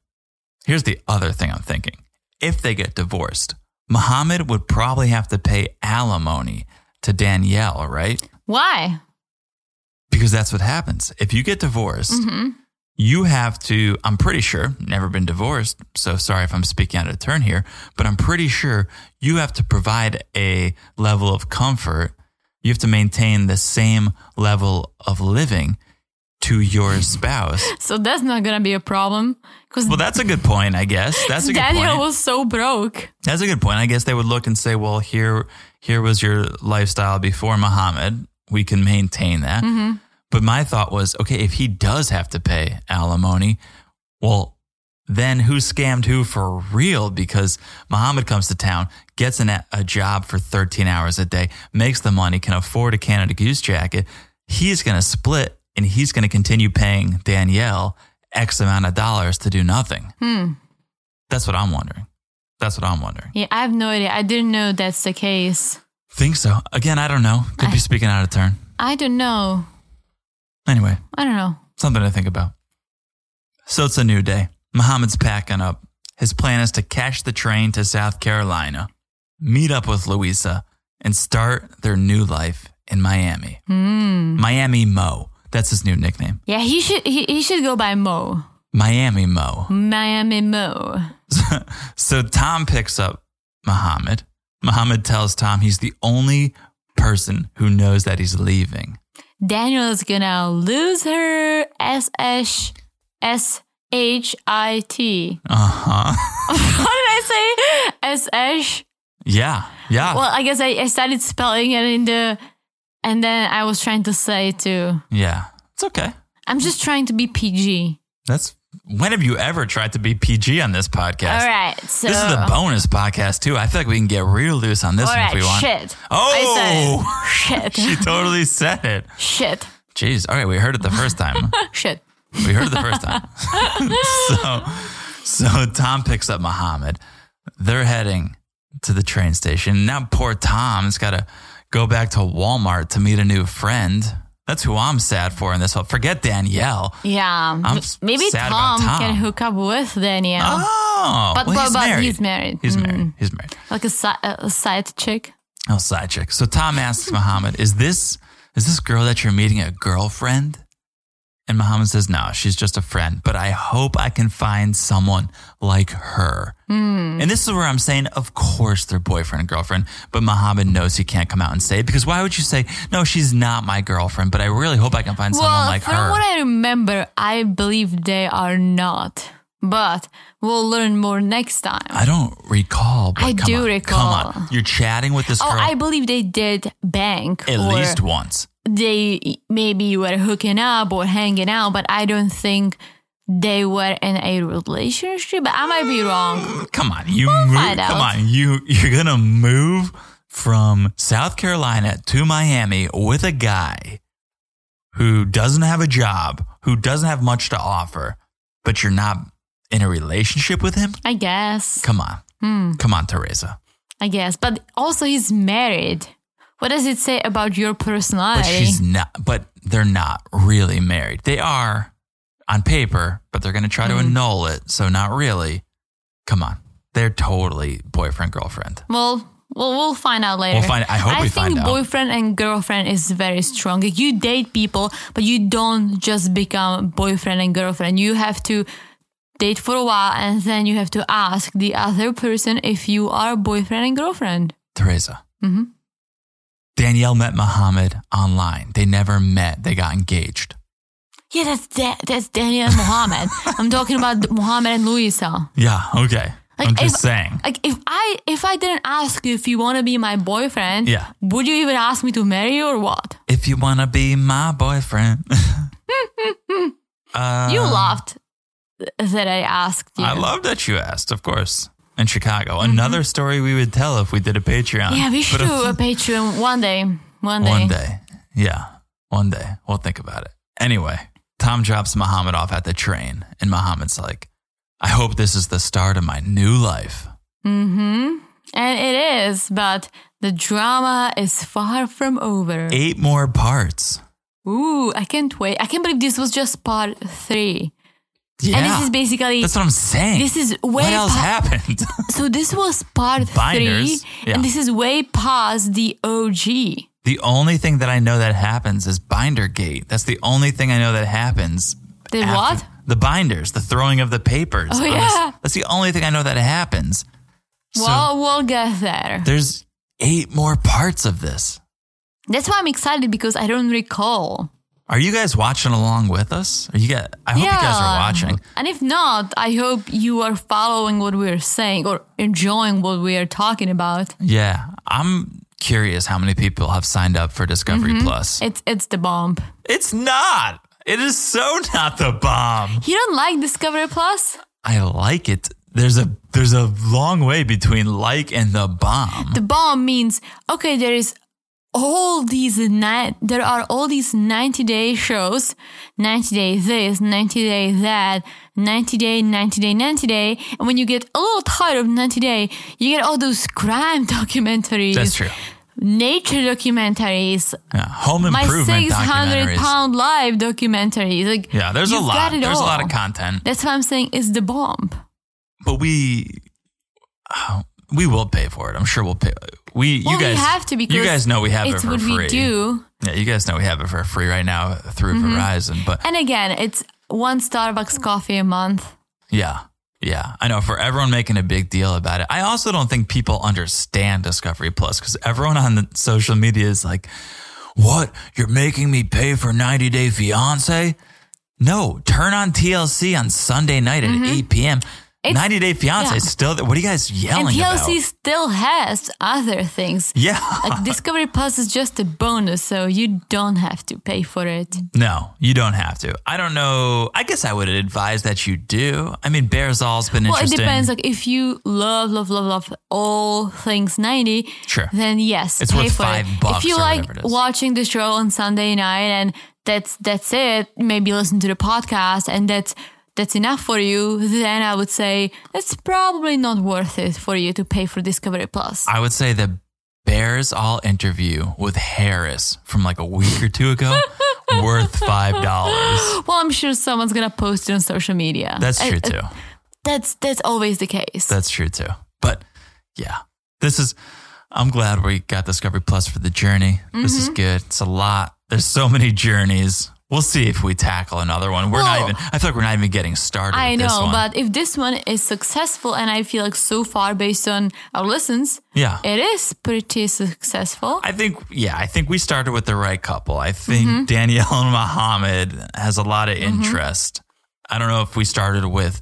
Speaker 1: here's the other thing I'm thinking: if they get divorced, Muhammad would probably have to pay alimony to Danielle, right?
Speaker 2: Why?
Speaker 1: Because that's what happens if you get divorced. You have to, I'm pretty sure, never been divorced. So sorry if I'm speaking out of turn here, but I'm pretty sure you have to provide a level of comfort. You have to maintain the same level of living to your spouse.
Speaker 2: So that's not gonna be a problem because
Speaker 1: well, that's a good point, I guess. That's a good
Speaker 2: Daniel
Speaker 1: point.
Speaker 2: was so broke.
Speaker 1: That's a good point. I guess they would look and say, well, here, here was your lifestyle before Muhammad. We can maintain that. But my thought was, okay, if he does have to pay alimony, well, then who scammed who for real because Muhammad comes to town, gets an, a job for 13 hours a day, makes the money, can afford a Canada Goose jacket. He's going to split and he's going to continue paying Danielle X amount of dollars to do nothing.
Speaker 2: Hmm.
Speaker 1: That's what I'm wondering. That's what I'm wondering.
Speaker 2: Yeah, I have no idea. I didn't know that's the case.
Speaker 1: Think so. Again, I don't know. Could
Speaker 2: I-
Speaker 1: be speaking out of turn.
Speaker 2: I don't know.
Speaker 1: Anyway,
Speaker 2: I don't know.
Speaker 1: something to think about. So it's a new day. Muhammad's packing up. His plan is to catch the train to South Carolina, meet up with Louisa, and start their new life in Miami.
Speaker 2: Hmm.
Speaker 1: Miami Mo. That's his new nickname.
Speaker 2: Yeah, he should he, he should go by Mo.
Speaker 1: Miami Mo.
Speaker 2: Miami Mo.
Speaker 1: so Tom picks up Muhammad. Muhammad tells Tom he's the only person who knows that he's leaving.
Speaker 2: Daniel is gonna lose her S S S H I T.
Speaker 1: Uh huh.
Speaker 2: What did I say? S H.
Speaker 1: yeah. Yeah.
Speaker 2: Well, I guess I, I started spelling it in the, and then I was trying to say it too.
Speaker 1: yeah. It's okay.
Speaker 2: I'm just trying to be PG.
Speaker 1: That's when have you ever tried to be PG on this podcast?
Speaker 2: All right, so
Speaker 1: This is a bonus podcast too. I feel like we can get real loose on this
Speaker 2: all
Speaker 1: one
Speaker 2: right,
Speaker 1: if we want.
Speaker 2: shit.
Speaker 1: Oh,
Speaker 2: I said it.
Speaker 1: she
Speaker 2: shit,
Speaker 1: totally said it.
Speaker 2: shit,
Speaker 1: Jeez. All right, we heard it the first time.
Speaker 2: shit.
Speaker 1: We heard it the first time. so, so Tom picks up Muhammad. They're heading to the train station. Now, poor Tom's got to go back to Walmart to meet a new friend. That's who I'm sad for in this whole. Forget Danielle.
Speaker 2: Yeah,
Speaker 1: I'm
Speaker 2: m- maybe
Speaker 1: sad about
Speaker 2: Tom, can
Speaker 1: Tom.
Speaker 2: hook up with Danielle,
Speaker 1: Oh,
Speaker 2: but
Speaker 1: well,
Speaker 2: but,
Speaker 1: he's,
Speaker 2: but
Speaker 1: married.
Speaker 2: he's married.
Speaker 1: He's
Speaker 2: Mm.
Speaker 1: married. He's married.
Speaker 2: like a, si- a side chick.
Speaker 1: Oh, side chick. So Tom asks Muhammad, "Is this is this girl that you're meeting a girlfriend?" And Muhammad says, "No, she's just a friend, but I hope I can find someone like her."
Speaker 2: Mm.
Speaker 1: And this is where I'm saying, of course, they're boyfriend and girlfriend, but Muhammad knows he can't come out and say it because why would you say, "No, she's not my girlfriend," but I really hope I can find someone
Speaker 2: Well,
Speaker 1: like
Speaker 2: from
Speaker 1: her.
Speaker 2: what I remember, I believe they are not, but we'll learn more next time.
Speaker 1: I don't recall. But
Speaker 2: I
Speaker 1: come
Speaker 2: do
Speaker 1: on,
Speaker 2: recall.
Speaker 1: Come on, you're chatting with this
Speaker 2: Oh,
Speaker 1: girl
Speaker 2: I believe they did bank.
Speaker 1: at
Speaker 2: or
Speaker 1: least once.
Speaker 2: they maybe were hooking up or hanging out, but I don't think they were in a relationship. But I might be wrong.
Speaker 1: Come on, you move,
Speaker 2: find out.
Speaker 1: come on, you you're gonna move from South Carolina to Miami with a guy who doesn't have a job, who doesn't have much to offer, but you're not in a relationship with him?
Speaker 2: I guess.
Speaker 1: Come on.
Speaker 2: Hmm.
Speaker 1: Come on, Teresa.
Speaker 2: I guess. But also, he's married. What does it say about your
Speaker 1: But
Speaker 2: personality?
Speaker 1: she's not but they're not really married. They are on paper, but they're gonna try to
Speaker 2: Hmm.
Speaker 1: annul it, so not really. Come on. They're totally boyfriend girlfriend.
Speaker 2: well, well, we'll find out later.
Speaker 1: We'll find- I hope we
Speaker 2: think
Speaker 1: find out.
Speaker 2: boyfriend and girlfriend is very strong. Like, You date people, but you don't just become boyfriend and girlfriend. You have to date for a while, and then you have to ask the other person if you are boyfriend and girlfriend.
Speaker 1: Teresa.
Speaker 2: Mhm.
Speaker 1: Danielle met Muhammad online. They never met. They got engaged.
Speaker 2: Yeah, that's da- that's Daniel and Mohammed. I'm talking about Mohammed and Luisa.
Speaker 1: Yeah. Okay.
Speaker 2: Like,
Speaker 1: I'm just
Speaker 2: if-
Speaker 1: saying.
Speaker 2: Like if I if I didn't ask you if you want to be my boyfriend,
Speaker 1: Yeah.
Speaker 2: would you even ask me to marry you or what?
Speaker 1: If you wanna be my boyfriend, uh,
Speaker 2: You laughed that I asked you. Mm-hmm.
Speaker 1: I love that you asked. Of course. In Chicago, another story we would tell if we did a Patreon.
Speaker 2: yeah, we
Speaker 1: But
Speaker 2: should do a Patreon one day. One day.
Speaker 1: One day. Yeah. One day. We'll think about it. Anyway, Tom drops Muhammad off at the train, and Muhammad's like, I hope this is the start of my new life.
Speaker 2: hmm And it is, but the drama is far from over.
Speaker 1: Eight more parts.
Speaker 2: Ooh, I can't wait. I can't believe this was just part three.
Speaker 1: Yeah.
Speaker 2: And this is basically
Speaker 1: That's what I'm saying.
Speaker 2: this is way
Speaker 1: what else
Speaker 2: pa-
Speaker 1: happened?
Speaker 2: So this was part
Speaker 1: Binders,
Speaker 2: three,
Speaker 1: yeah.
Speaker 2: and this is way past the OG.
Speaker 1: the only thing that I know that happens is binder gate. That's the only thing I know that happens.
Speaker 2: The
Speaker 1: after-
Speaker 2: what?
Speaker 1: The binders, the throwing of the papers.
Speaker 2: Oh,
Speaker 1: on this-
Speaker 2: yeah.
Speaker 1: that's the only thing I know that happens. So
Speaker 2: Well, we'll get there.
Speaker 1: there's eight more parts of this.
Speaker 2: That's why I'm excited because I don't recall.
Speaker 1: Are you guys watching along with us? Are you guys, I hope you guys are watching.
Speaker 2: And if not, I hope you are following what we're saying or enjoying what we are talking about.
Speaker 1: Yeah. I'm curious how many people have signed up for Discovery
Speaker 2: Mm-hmm.
Speaker 1: Plus.
Speaker 2: It's it's the bomb.
Speaker 1: It's not. It is so not the bomb.
Speaker 2: You don't like Discovery Plus?
Speaker 1: I like it. There's a there's a long way between like and the bomb.
Speaker 2: The bomb means okay, there is all these ni- there are all these 90 day shows 90 day this 90 day that 90 day 90 day 90 day and when you get a little tired of 90 day you get all those crime documentaries
Speaker 1: That's true.
Speaker 2: nature documentaries
Speaker 1: Yeah. Home
Speaker 2: my
Speaker 1: improvement
Speaker 2: 600
Speaker 1: documentaries.
Speaker 2: pound live documentaries like
Speaker 1: yeah, there's a
Speaker 2: you've
Speaker 1: lot.
Speaker 2: got it
Speaker 1: There's a lot
Speaker 2: all.
Speaker 1: of content,
Speaker 2: that's what i'm saying is the bomb
Speaker 1: but we oh, we will pay for it. I'm sure we'll pay. We
Speaker 2: well
Speaker 1: you guys
Speaker 2: we have to because
Speaker 1: you guys know we have it
Speaker 2: it's
Speaker 1: for
Speaker 2: what
Speaker 1: free.
Speaker 2: we do Mm-hmm.
Speaker 1: Yeah, you guys know we have it for free right now through Verizon, but
Speaker 2: and again it's one starbucks coffee a month
Speaker 1: Yeah. Yeah. I know for everyone making a big deal about it. I also don't think people understand Discovery Plus because everyone on the social media is like, what? You're making me pay for 90 Day Fiance? No, turn on TLC on Sunday night at 8 p.m.
Speaker 2: Mm-hmm. It's-
Speaker 1: 90 Day Fiance
Speaker 2: yeah.
Speaker 1: is still there. What are you guys
Speaker 2: and
Speaker 1: yelling
Speaker 2: tlc
Speaker 1: about?
Speaker 2: still has other things
Speaker 1: Yeah.
Speaker 2: like discovery plus is just a bonus so you don't have to pay for it
Speaker 1: No, you don't have to. I don't know. I guess I would advise that you do. I mean, Bearzall's been
Speaker 2: well it
Speaker 1: interesting.
Speaker 2: depends like if you love love love love all things 90
Speaker 1: Sure.
Speaker 2: then yes
Speaker 1: It's
Speaker 2: pay
Speaker 1: worth
Speaker 2: for
Speaker 1: five
Speaker 2: it
Speaker 1: bucks
Speaker 2: if you
Speaker 1: or
Speaker 2: like
Speaker 1: whatever it is.
Speaker 2: watching the show on sunday night and that's that's it maybe listen to the podcast and that's that's enough for you then i would say it's probably not worth it for you to pay for discovery plus
Speaker 1: I would say the Bears All interview with Harris from like a week or two ago worth five dollars.
Speaker 2: well i'm sure someone's gonna post it on social media
Speaker 1: That's
Speaker 2: I- uh,
Speaker 1: true
Speaker 2: I-
Speaker 1: too.
Speaker 2: that's that's always the case
Speaker 1: That's true too. But yeah, this is. I'm glad we got Discovery Plus for the journey. This
Speaker 2: Mm-hmm.
Speaker 1: is good. It's a lot. There's so many journeys. We'll see if we tackle another one. We're
Speaker 2: Well-
Speaker 1: not even. I feel like we're not even getting started.
Speaker 2: I
Speaker 1: with this
Speaker 2: know,
Speaker 1: one.
Speaker 2: but if this one is successful, and I feel like so far based on our listens,
Speaker 1: yeah,
Speaker 2: it is pretty successful.
Speaker 1: I think, yeah, I think we started with the right couple. I think
Speaker 2: Mm-hmm.
Speaker 1: Danielle and Mohammed has a lot of interest. I don't know if we started with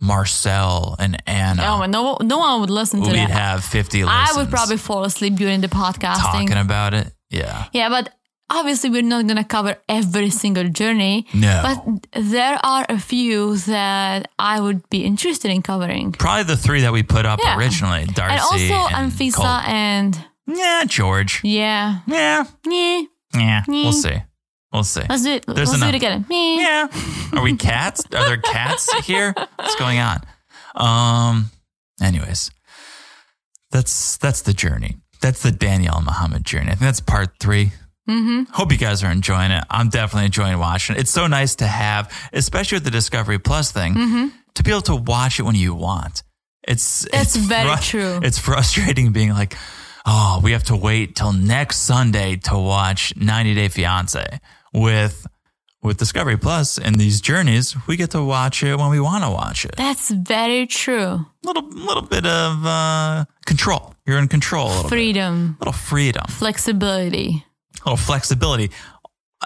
Speaker 1: Marcel and
Speaker 2: oh,
Speaker 1: Anna.
Speaker 2: man, no, no one would listen to
Speaker 1: We'd
Speaker 2: that.
Speaker 1: have 50
Speaker 2: I
Speaker 1: listens
Speaker 2: would probably fall asleep during the podcasting.
Speaker 1: talking about it. Yeah.
Speaker 2: Yeah, but obviously we're not gonna cover every single journey.
Speaker 1: No.
Speaker 2: But there are a few that I would be interested in covering.
Speaker 1: Probably the three that we put up
Speaker 2: Yeah.
Speaker 1: originally Darcy.
Speaker 2: And also um,
Speaker 1: and
Speaker 2: Anfisa
Speaker 1: Colt.
Speaker 2: and
Speaker 1: Yeah, George.
Speaker 2: yeah,
Speaker 1: Yeah.
Speaker 2: yeah.
Speaker 1: Yeah.
Speaker 2: Yeah.
Speaker 1: We'll see. We'll see.
Speaker 2: Let's do it. Let's do
Speaker 1: enough.
Speaker 2: it again. Yeah.
Speaker 1: Yeah. Are we cats? Are there cats here? What's going on? Um anyways. That's that's the journey. That's the Danielle Muhammad journey. I think that's part 3. Mm-hmm. Hope you guys are enjoying it. I'm definitely enjoying watching it. It's so nice to have, especially with the Discovery Plus thing,
Speaker 2: Mm-hmm.
Speaker 1: to be able to watch it when you want. It's it's
Speaker 2: That's very true.
Speaker 1: It's frustrating being like, oh, we have to wait till next Sunday to watch 90 Day Fiance with with Discovery Plus and these journeys, we get to watch it when we want to watch it.
Speaker 2: That's very true.
Speaker 1: Little little bit of uh, control. You're in control. A little, bit.
Speaker 2: Freedom,
Speaker 1: little freedom.
Speaker 2: flexibility.
Speaker 1: Little flexibility.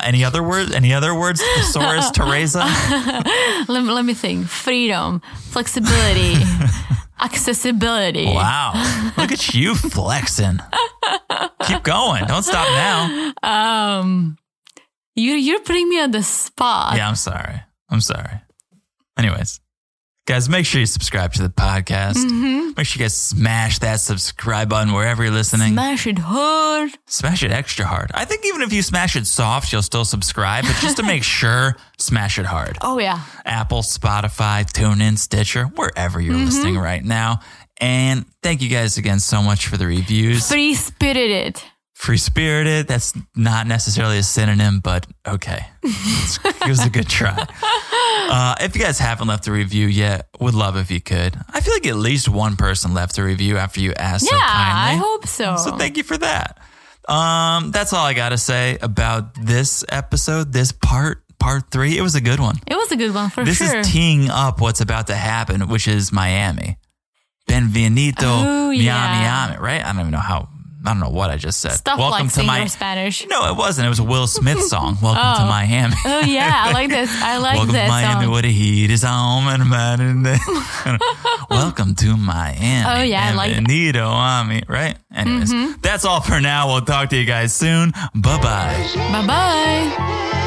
Speaker 1: Any other words? Any other words? Thesaurus, Teresa.
Speaker 2: Let me, let me think. Freedom, flexibility, accessibility.
Speaker 1: Wow! Look at you flexing. Keep going. Don't stop now.
Speaker 2: Um, You you're putting me on the spot.
Speaker 1: Yeah, I'm sorry. I'm sorry. Anyways, guys, make sure you subscribe to the podcast. Make sure you guys smash that subscribe button wherever you're listening.
Speaker 2: Smash it hard.
Speaker 1: Smash it extra hard. I think even if you smash it soft, you'll still subscribe, but just to make sure, smash it hard.
Speaker 2: Oh yeah.
Speaker 1: Apple, Spotify, TuneIn, Stitcher, wherever you're
Speaker 2: Mm-hmm.
Speaker 1: listening right now. And thank you guys again so much for the reviews.
Speaker 2: Free spirited.
Speaker 1: Free spirited, that's not necessarily a synonym, but okay. It's- it was a good try. Uh, if you guys haven't left a review yet, would love if you could. I feel like at least one person left a review after you asked so
Speaker 2: yeah,
Speaker 1: kindly.
Speaker 2: I hope so.
Speaker 1: So thank you for that. Um, that's all I gotta say about this episode, this part, part three. It was a good one.
Speaker 2: it was a good one for
Speaker 1: This
Speaker 2: sure.
Speaker 1: is teeing up what's about to happen, which is Miami. Benvenito,
Speaker 2: Oh,
Speaker 1: Miami,
Speaker 2: yeah.
Speaker 1: Miami, right? I don't even know how. I don't know what I just said.
Speaker 2: Stuff
Speaker 1: Welcome
Speaker 2: like
Speaker 1: to
Speaker 2: singing
Speaker 1: my.
Speaker 2: Spanish.
Speaker 1: No, it wasn't. It was a Will Smith song. Welcome to Miami.
Speaker 2: Oh yeah, I like this. I like
Speaker 1: Welcome
Speaker 2: this
Speaker 1: to Miami,
Speaker 2: song.
Speaker 1: where the heat is on. And man in there. Welcome to Miami.
Speaker 2: Oh, yeah, I like Mm-hmm. that.
Speaker 1: Benvenido, Miami, right? Anyways, that's all for now. We'll talk to you guys soon. Bye bye.
Speaker 2: Bye bye.
Speaker 3: Bye.